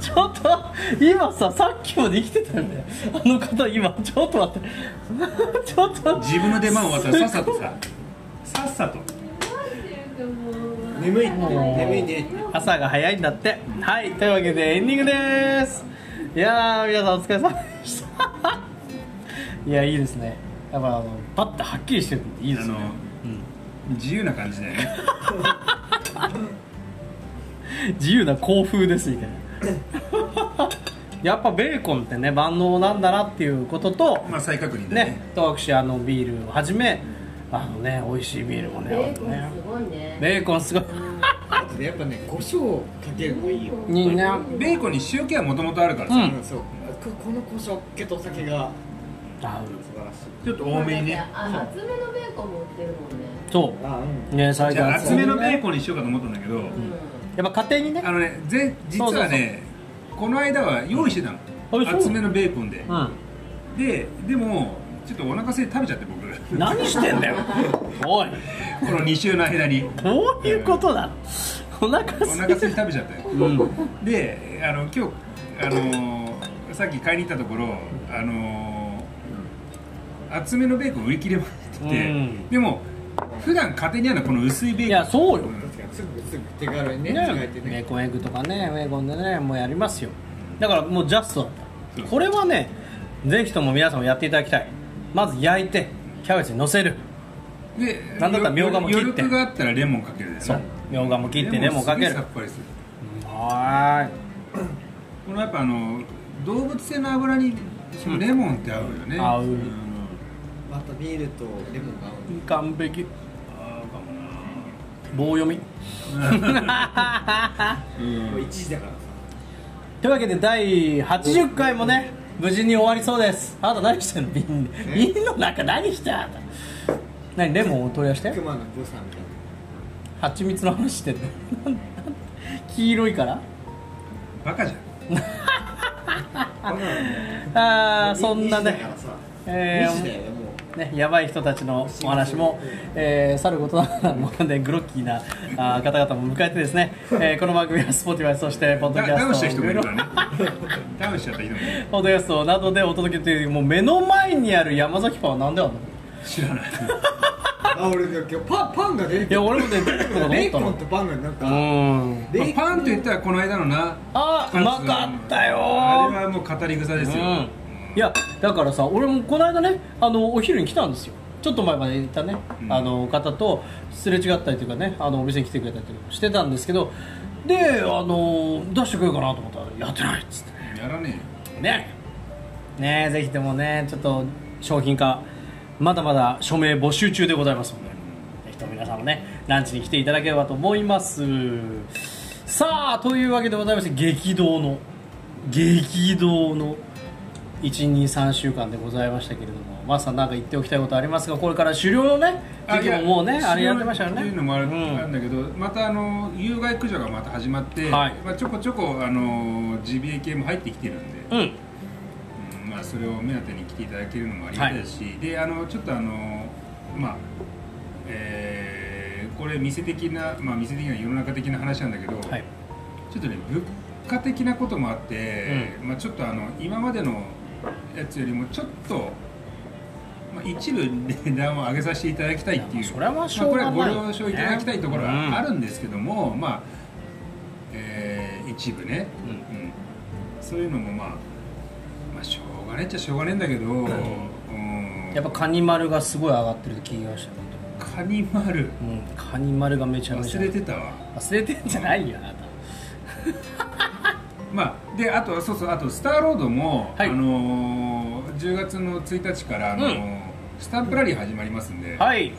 [SPEAKER 1] ちょっと今ささっきまで生きてたんだよあの方今ちょっと待って [LAUGHS] ちょっと
[SPEAKER 2] 自分の出番終わったらさ
[SPEAKER 1] [LAUGHS]
[SPEAKER 2] っさとささっさと
[SPEAKER 3] 眠い眠いね
[SPEAKER 1] 朝が早いんだってはいというわけでエンディングですいやー皆さんお疲れ様でした [LAUGHS] いやいいですねやっぱあのバッてはっきりしてるんでいいですね
[SPEAKER 2] あの自由な感じだよ
[SPEAKER 1] [LAUGHS]
[SPEAKER 2] ね
[SPEAKER 1] 自由な校風ですみたいな [LAUGHS] やっぱベーコンってね万能なんだなっていうことと
[SPEAKER 2] まあ再確認だね
[SPEAKER 1] ねと私あのビールをはじめあのね美味しいビールもね
[SPEAKER 4] ベー
[SPEAKER 1] ほん
[SPEAKER 4] コ
[SPEAKER 1] とね
[SPEAKER 4] ンすごいね。
[SPEAKER 1] ベーコンすごい
[SPEAKER 3] あとねやっぱね胡椒かけるのがいいよ
[SPEAKER 1] いいね
[SPEAKER 2] ベーコンに塩気はもともとあるからさ、
[SPEAKER 1] うん
[SPEAKER 3] うんそうここの胡椒系とお酒が
[SPEAKER 1] 合う
[SPEAKER 3] 素晴らしい
[SPEAKER 2] ちょっと多めにね
[SPEAKER 4] あ厚めのベーコンも売ってるもんね。
[SPEAKER 1] そ
[SPEAKER 3] あうん
[SPEAKER 1] うね最
[SPEAKER 2] じ
[SPEAKER 1] 近
[SPEAKER 2] ゃあ
[SPEAKER 1] や
[SPEAKER 2] 厚めのベーコンにしようかと思ったんだけど、
[SPEAKER 4] う
[SPEAKER 1] っぱ家庭にね
[SPEAKER 2] あのねぜ実はねこの間は用意してたの、
[SPEAKER 1] そう
[SPEAKER 2] 厚めのベーコンで、
[SPEAKER 1] うん
[SPEAKER 2] ででもちょっとお腹すいて食べちゃって僕こ
[SPEAKER 1] 何してんだよおい
[SPEAKER 2] の2週の間に
[SPEAKER 1] どういうことだお腹
[SPEAKER 2] お
[SPEAKER 1] すい
[SPEAKER 2] 腹すいて食べちゃったよ
[SPEAKER 1] うん
[SPEAKER 2] であの今日あのーさっき買いに行ったところあのー厚めのベーコン売り切れまくってて、
[SPEAKER 1] うん
[SPEAKER 2] でも普段家庭にあるのはこの薄いベーコン
[SPEAKER 1] いやそうよ
[SPEAKER 3] 確かにすぐすぐ手軽にね
[SPEAKER 1] ね
[SPEAKER 3] 使えて
[SPEAKER 1] ベ
[SPEAKER 3] ね
[SPEAKER 1] ーコンエッグとかねベーコンでねもうやりますよだからもうジャストだったこれはねぜひとも皆さんもやっていただきたいまず焼いてキャベツにのせる
[SPEAKER 2] で
[SPEAKER 1] なんだったらみょうがも切って
[SPEAKER 2] 余力があったらレモンかけるでし
[SPEAKER 1] そ
[SPEAKER 2] ょ
[SPEAKER 1] うみょうがも切ってレモンかけ
[SPEAKER 2] す
[SPEAKER 1] る
[SPEAKER 2] げえさっぱりする
[SPEAKER 1] は
[SPEAKER 2] このやっぱあの動物性の油にそのレモンって合うよね、
[SPEAKER 1] うん合うん
[SPEAKER 3] またビールとレモンが合う
[SPEAKER 1] ーい完璧
[SPEAKER 2] 合うかも
[SPEAKER 1] 棒読み
[SPEAKER 2] な、
[SPEAKER 3] もう1時だからさ
[SPEAKER 1] というわけで第80回もね無事に終わりそうですあなた何してんの瓶瓶の中何してんのあなた何レモンを取り出して
[SPEAKER 3] 熊野ブーさんみたいな
[SPEAKER 1] 蜂蜜の話してんの [LAUGHS] 黄色いから
[SPEAKER 2] バカじゃん
[SPEAKER 1] ああそんな
[SPEAKER 3] 2時だ
[SPEAKER 1] ね
[SPEAKER 3] からさ
[SPEAKER 1] えー
[SPEAKER 3] 2時だよねもう
[SPEAKER 1] ね、やばい人たちのお話も、えー、さることながらもねグロッキーなあー方々も迎えてですね、えーこの番組は Spotify そしてポッド
[SPEAKER 2] だ
[SPEAKER 1] キャ
[SPEAKER 2] ダウンし
[SPEAKER 1] ス
[SPEAKER 2] た
[SPEAKER 1] ト
[SPEAKER 2] 人もいるからねダウンしちゃった人もいる
[SPEAKER 1] ポッドキャストなどでお届けというもう目の前にある山崎パンは何であんの
[SPEAKER 2] 知らない
[SPEAKER 3] あ俺今日パンパンが出て
[SPEAKER 1] い
[SPEAKER 3] き
[SPEAKER 1] や
[SPEAKER 3] た
[SPEAKER 1] 俺もね出てくると
[SPEAKER 3] ベ
[SPEAKER 1] 思
[SPEAKER 3] ーコン
[SPEAKER 1] っ
[SPEAKER 3] とパンがなん
[SPEAKER 1] た
[SPEAKER 3] か
[SPEAKER 1] のうん
[SPEAKER 3] ベ
[SPEAKER 2] ま
[SPEAKER 3] ー
[SPEAKER 2] あ
[SPEAKER 3] コン
[SPEAKER 2] パンと言ったらこの間のな
[SPEAKER 1] あーうまかったよ
[SPEAKER 2] あれはもう語り草ですよ、
[SPEAKER 1] うんいやだからさ俺もこの間ねあのお昼に来たんですよちょっと前までいたね、
[SPEAKER 2] うん
[SPEAKER 1] あの方とすれ違ったりというかねあのお店に来てくれたりとかしてたんですけどであの出してくれるかなと思ったらやってないっつって
[SPEAKER 2] やらね
[SPEAKER 1] ねねぜひともねちょっと商品化まだまだ署名募集中でございますので、ぜひとも皆さんもねランチに来ていただければと思いますさあというわけでございまして激動の激動の123週間でございましたけれどもマスさんなんか言っておきたいことありますかこれから狩猟のね時期ももうねあれやってましたよ
[SPEAKER 2] っ
[SPEAKER 1] ね
[SPEAKER 2] ていうのもある
[SPEAKER 1] うん
[SPEAKER 2] あるんだけど、またあの有害駆除がまた始まって、
[SPEAKER 1] はい
[SPEAKER 2] まあ、ちょこちょこあの GBA 系も入ってきてるんで、
[SPEAKER 1] うん
[SPEAKER 2] うんまあ、それを目当てに来ていただけるのもありがたいですし、であのちょっとあのまあえーこれ店的なまあ店的な世の中的な話なんだけど、
[SPEAKER 1] はい
[SPEAKER 2] ちょっとね物価的なこともあって、まあ、ちょっとあの今までのやつよりもちょっと、まあ、一部値段を上げさせていただきたいっていう
[SPEAKER 1] いやまあそれはしょうがない
[SPEAKER 2] まあこれはご了承いただきたいところ
[SPEAKER 1] うん
[SPEAKER 2] はあるんですけども、まあ、えー一部ね、
[SPEAKER 1] う
[SPEAKER 2] うんそういうのもまあ、まあ、しょうがないっちゃしょうがないんだけど、うん
[SPEAKER 1] やっぱカニ丸がすごい上がってると聞きましたね
[SPEAKER 2] カニ丸
[SPEAKER 1] うん、カニ丸がめちゃめちゃ
[SPEAKER 2] 忘れてたわ。
[SPEAKER 1] 忘れてんじゃないよあなた
[SPEAKER 2] まあ、であとそうそうあとスターロードも、
[SPEAKER 1] はい
[SPEAKER 2] あのー10月の1日から、あのー
[SPEAKER 1] うん
[SPEAKER 2] スタンプラリー始まりますんで、
[SPEAKER 1] はい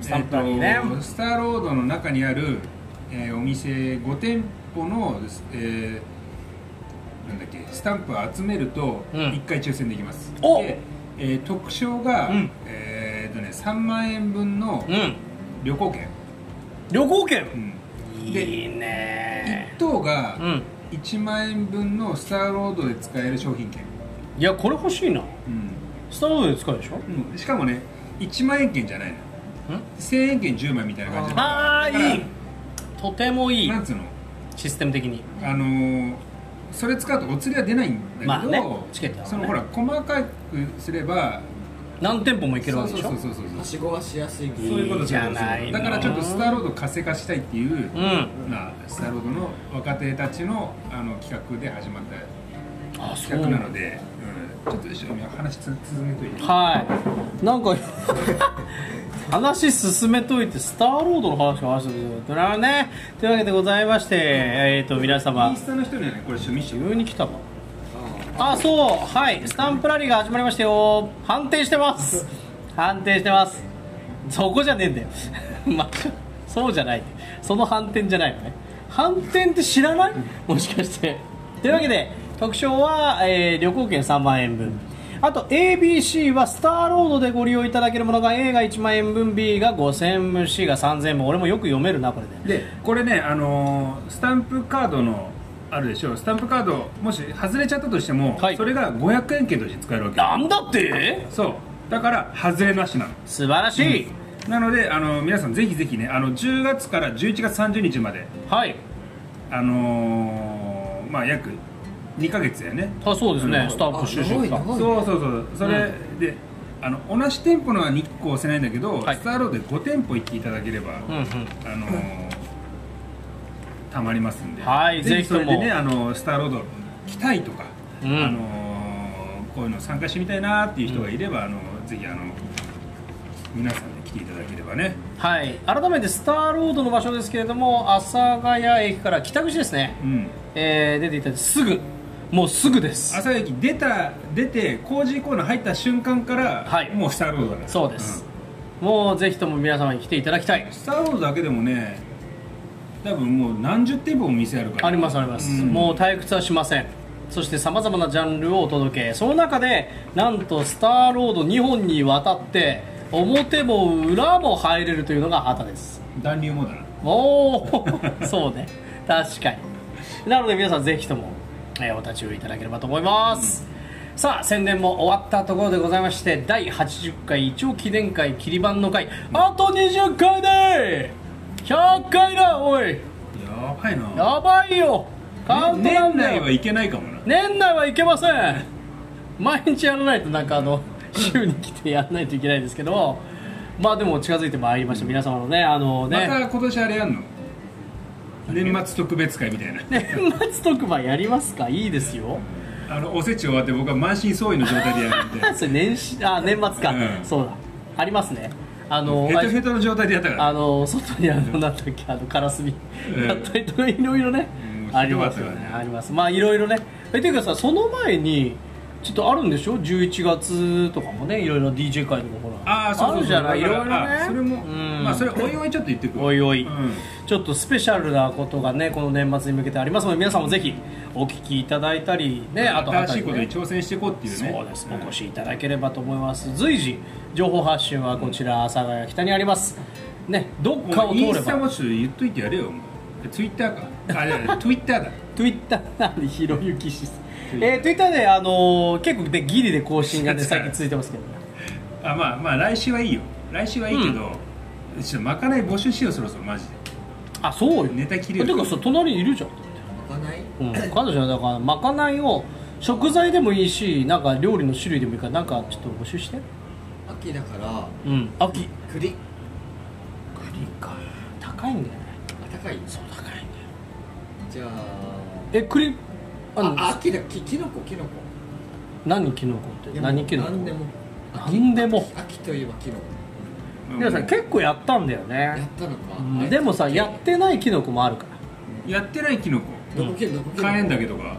[SPEAKER 1] スタンプラリーね
[SPEAKER 2] え、ーとスターロードの中にある、えーお店5店舗の、えーなんだっけスタンプを集めると
[SPEAKER 1] うん
[SPEAKER 2] 1回抽選できます、
[SPEAKER 1] お
[SPEAKER 2] で、えー特賞が、
[SPEAKER 1] うん
[SPEAKER 2] えーとね、3万円分の
[SPEAKER 1] うん
[SPEAKER 2] 旅行券、
[SPEAKER 1] 旅行券
[SPEAKER 2] うんで
[SPEAKER 1] いい
[SPEAKER 2] 1
[SPEAKER 1] ね
[SPEAKER 2] 等が
[SPEAKER 1] うん
[SPEAKER 2] 1万円分のスターロードで使える商品券、
[SPEAKER 1] いやこれ欲しいな
[SPEAKER 2] うん
[SPEAKER 1] スターロードで使うでしょ
[SPEAKER 2] うん、しかもね1万円券じゃないの1000円券10枚みたいな感じ
[SPEAKER 1] ああ
[SPEAKER 2] だから
[SPEAKER 1] いいとてもいい
[SPEAKER 2] なんつうの
[SPEAKER 1] システム的に
[SPEAKER 2] あのーそれ使うとお釣りは出ないんだけど、
[SPEAKER 1] まあねチケットはね
[SPEAKER 2] そのほら細かくすれば
[SPEAKER 1] 何店舗も行けるわけでしょ
[SPEAKER 2] そうそうそうそう
[SPEAKER 3] はしごはしやすいけ
[SPEAKER 2] そう
[SPEAKER 3] ど
[SPEAKER 2] いうこと
[SPEAKER 1] いいじゃないの
[SPEAKER 2] だからちょっとスターロード活性化したいっていう、
[SPEAKER 1] うん
[SPEAKER 2] まあ、スターロードの若手たちのあの企画で始まった
[SPEAKER 1] あそう
[SPEAKER 2] 企画なので、うんちょっと一緒に話つ続けといて
[SPEAKER 1] はいなんか [LAUGHS] 話進めといてスターロードの話を話してるんですよなるほどねというわけでございましてえっ、と皆
[SPEAKER 2] イ
[SPEAKER 1] 様
[SPEAKER 2] ンスタの人にはねこれ趣味集
[SPEAKER 1] 急に来たかあそうはいスタンプラリーが始まりましたよ判定してます判定してますそこじゃねえんだよ [LAUGHS] まあそうじゃないその反転じゃないのね反転って知らないもしかしてというわけで特賞は、えー旅行券3万円分あと ABC はスターロードでご利用いただけるものが A が1万円分 B が5000円分 C が3000円分俺もよく読めるなこれで
[SPEAKER 2] でこれね、あのースタンプカードのあるでしょスタンプカードもし外れちゃったとしても、
[SPEAKER 1] はい
[SPEAKER 2] それが500円券として使えるわけ
[SPEAKER 1] なんだって
[SPEAKER 2] そうだから外れなしなの
[SPEAKER 1] 素晴らしい、
[SPEAKER 2] なので、あのー皆さんぜひぜひねあの10月から11月30日まで
[SPEAKER 1] はい
[SPEAKER 2] あのーまあ約2ヶ月やね
[SPEAKER 1] あそうですね、
[SPEAKER 2] うん
[SPEAKER 1] スタンプ収集期間
[SPEAKER 3] あ長い長
[SPEAKER 2] そ
[SPEAKER 3] い
[SPEAKER 2] うそうそうそれで、あの同じ店舗のは日光押せないんだけど、
[SPEAKER 1] はい
[SPEAKER 2] スターロードで5店舗行っていただければ、
[SPEAKER 1] うんうん
[SPEAKER 2] あのーたまりますんで、
[SPEAKER 1] はい
[SPEAKER 2] ぜ
[SPEAKER 1] ぜ
[SPEAKER 2] ひ
[SPEAKER 1] ひ
[SPEAKER 2] そ
[SPEAKER 1] とも
[SPEAKER 2] れでね、あのースターロード来たいとか、
[SPEAKER 1] うん
[SPEAKER 2] あのーこういうの参加してみたいなっていう人がいれば、あのーぜひあの皆さんで来ていただければね、
[SPEAKER 1] はい、改めてスターロードの場所ですけれども阿佐ヶ谷駅から北口ですね、
[SPEAKER 2] うん、
[SPEAKER 1] えー出ていただいてすぐもうすぐです
[SPEAKER 2] 朝駅出た出て工事コーナー入った瞬間から、
[SPEAKER 1] はい
[SPEAKER 2] もうスターロードだから
[SPEAKER 1] そうです、、もうぜひとも皆様に来ていただきたい
[SPEAKER 2] うんスターロードだけでもね多分もう何十店舗も店あるから
[SPEAKER 1] ありますあります、
[SPEAKER 2] ん
[SPEAKER 1] もう退屈はしませんそしてさまざまなジャンルをお届けその中でなんとスターロード2本にわたって表も裏も入れるというのが畑です
[SPEAKER 2] 暖流もだな
[SPEAKER 1] おお [LAUGHS] そうね確かになので皆さんぜひとも、えーお立ち寄りいただければと思います、さあ宣伝も終わったところでございまして第80回一応記念会切り板の会あと20回で100回だおい
[SPEAKER 2] やばいな
[SPEAKER 1] やばいよカウントダウ
[SPEAKER 2] 年
[SPEAKER 1] ンだ
[SPEAKER 2] 内
[SPEAKER 1] よ
[SPEAKER 2] はいけないかもな
[SPEAKER 1] 年内はいけません毎日やらないとなんかあの [LAUGHS] 週に来てやらないといけないんですけどまあでも近づいてまいりました皆様のねあのね、
[SPEAKER 2] また今年あれやんの年末特別会みたいな、
[SPEAKER 1] [LAUGHS] 年末特番やりますかいいですよ
[SPEAKER 2] あのおせち終わって僕は満身創痍の状態でやる
[SPEAKER 1] [LAUGHS]
[SPEAKER 2] みたいな
[SPEAKER 1] それ年始あ年末か、
[SPEAKER 2] うん
[SPEAKER 1] そうだありますねあの
[SPEAKER 2] ヘト [LAUGHS] ヘトの状態でやったから
[SPEAKER 1] あの外にあのなんだっけあのカラスミ
[SPEAKER 2] ん
[SPEAKER 1] やったりとかいろいろね、
[SPEAKER 2] うん
[SPEAKER 1] ありますよ
[SPEAKER 2] ひどか
[SPEAKER 1] ね
[SPEAKER 2] ったよね
[SPEAKER 1] ありますまあいろいろねえていうかさその前にちょっとあるんでしょ11月とかもねいろいろ DJ 会とかほら
[SPEAKER 2] あああそうそうそう
[SPEAKER 1] あるじゃない
[SPEAKER 2] だから
[SPEAKER 1] いろいろね
[SPEAKER 2] あそれも
[SPEAKER 1] うん
[SPEAKER 2] まあそれおいおいちょっと言ってくる
[SPEAKER 1] おいお
[SPEAKER 2] う
[SPEAKER 1] い、
[SPEAKER 2] ん
[SPEAKER 1] ちょっとスペシャルなことがねこの年末に向けてありますので皆さんもぜひお聞きいただいたりねあと
[SPEAKER 2] 新しいこと
[SPEAKER 1] ね
[SPEAKER 2] に挑戦していこうっていうね
[SPEAKER 1] そうです、
[SPEAKER 2] ん
[SPEAKER 1] お越しいただければと思います随時情報発信はこちら阿佐ヶ谷北にありますねどっか
[SPEAKER 2] も
[SPEAKER 1] を
[SPEAKER 2] う
[SPEAKER 1] 通
[SPEAKER 2] イン
[SPEAKER 1] れ
[SPEAKER 2] スタ
[SPEAKER 1] ば
[SPEAKER 2] もちょっと言っといてやれよもうツイッターかあいやいやツイッタ
[SPEAKER 1] [LAUGHS]
[SPEAKER 2] ーだ
[SPEAKER 1] Twitter なんでひろゆき氏えー、Twitter で、あのー結構でギリで更新がね最近続いてますけどね
[SPEAKER 2] あまあまあ来週はいいよ来週はいいけど、ちょっとまかない募集しようそろそろマジで
[SPEAKER 1] あそうよ
[SPEAKER 2] ネタ切れる
[SPEAKER 1] てかさ隣にいるじゃん
[SPEAKER 3] かない
[SPEAKER 1] うん、彼女はだからまかないを食材でもいいしなんか料理の種類でもいいからなんかちょっと募集して
[SPEAKER 3] 秋だから
[SPEAKER 1] うん秋
[SPEAKER 3] 栗
[SPEAKER 1] 栗か高いんだよね
[SPEAKER 3] あ高い
[SPEAKER 1] そう高いんだよ
[SPEAKER 3] じゃあ
[SPEAKER 1] え栗あの
[SPEAKER 3] あ秋だききのこきのこ
[SPEAKER 1] 何キノコっ
[SPEAKER 3] い
[SPEAKER 1] て
[SPEAKER 3] や
[SPEAKER 1] 何キノコ
[SPEAKER 3] なんでも
[SPEAKER 1] なんでも
[SPEAKER 3] 秋といえばきのこ
[SPEAKER 1] でもさ
[SPEAKER 2] うん
[SPEAKER 1] 結構やったんだよ
[SPEAKER 3] やっ
[SPEAKER 1] ね、
[SPEAKER 3] たのか、
[SPEAKER 1] うん、でもさやってないキノコもあるか
[SPEAKER 2] やってないキノコ
[SPEAKER 3] どこけどこけ
[SPEAKER 2] 火炎だけとか
[SPEAKER 1] ら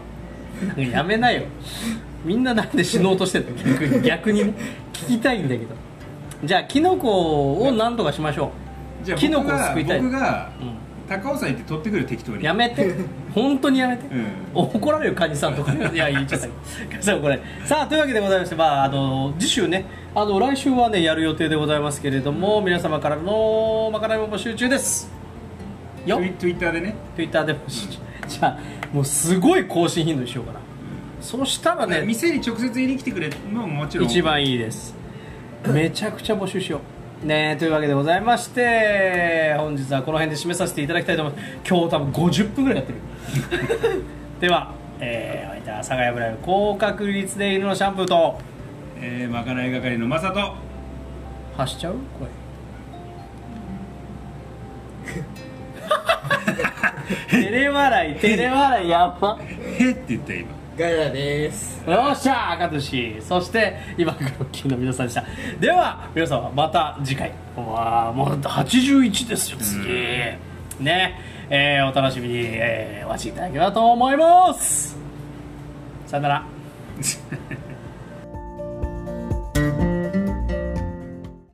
[SPEAKER 1] なんかやめなよみんななんで死のうとしてんの逆に逆にね聞きたいんだけどじゃあキノコを何とかしましょ
[SPEAKER 2] じゃあ
[SPEAKER 1] キノ
[SPEAKER 2] 僕
[SPEAKER 1] コを
[SPEAKER 2] が
[SPEAKER 1] 救いたい
[SPEAKER 2] 僕が
[SPEAKER 1] う、うん
[SPEAKER 2] 高尾山行って取ってくる適当に
[SPEAKER 1] やめて本当にやめて、
[SPEAKER 2] うん
[SPEAKER 1] 怒られるカニさんとかいや言っちゃったそうこれさあというわけでございましてまああの次週ねあの来週はねやる予定でございますけれども皆様からのまかないも募集中ですよ
[SPEAKER 2] ツイツイッターでね
[SPEAKER 1] Twitter でも募集中 [LAUGHS] じゃあもうすごい更新頻度にしようかなそしたらね
[SPEAKER 2] 店に直接入りに来てくれるのももちろん
[SPEAKER 1] 一番いいですめちゃくちゃ募集しようねえというわけでございまして本日はこの辺で締めさせていただきたいと思います今日多分50分ぐらいやってる [LAUGHS] では、えー、お相手は阿佐ヶ谷ブライブ高確率で犬のシャンプーと
[SPEAKER 2] えーまかない係のマサト
[SPEAKER 1] 発しちゃうこ
[SPEAKER 2] [LAUGHS]
[SPEAKER 1] れ照れ笑い照れ笑いやば
[SPEAKER 2] へって言った今
[SPEAKER 3] ガヤです
[SPEAKER 1] よっしゃーかとしそして今クロッキーの皆さんでしたでは皆様また次回うわーもうだって81ですよ次ねえーお楽しみに、えーお待ちいただければと思いますさよなら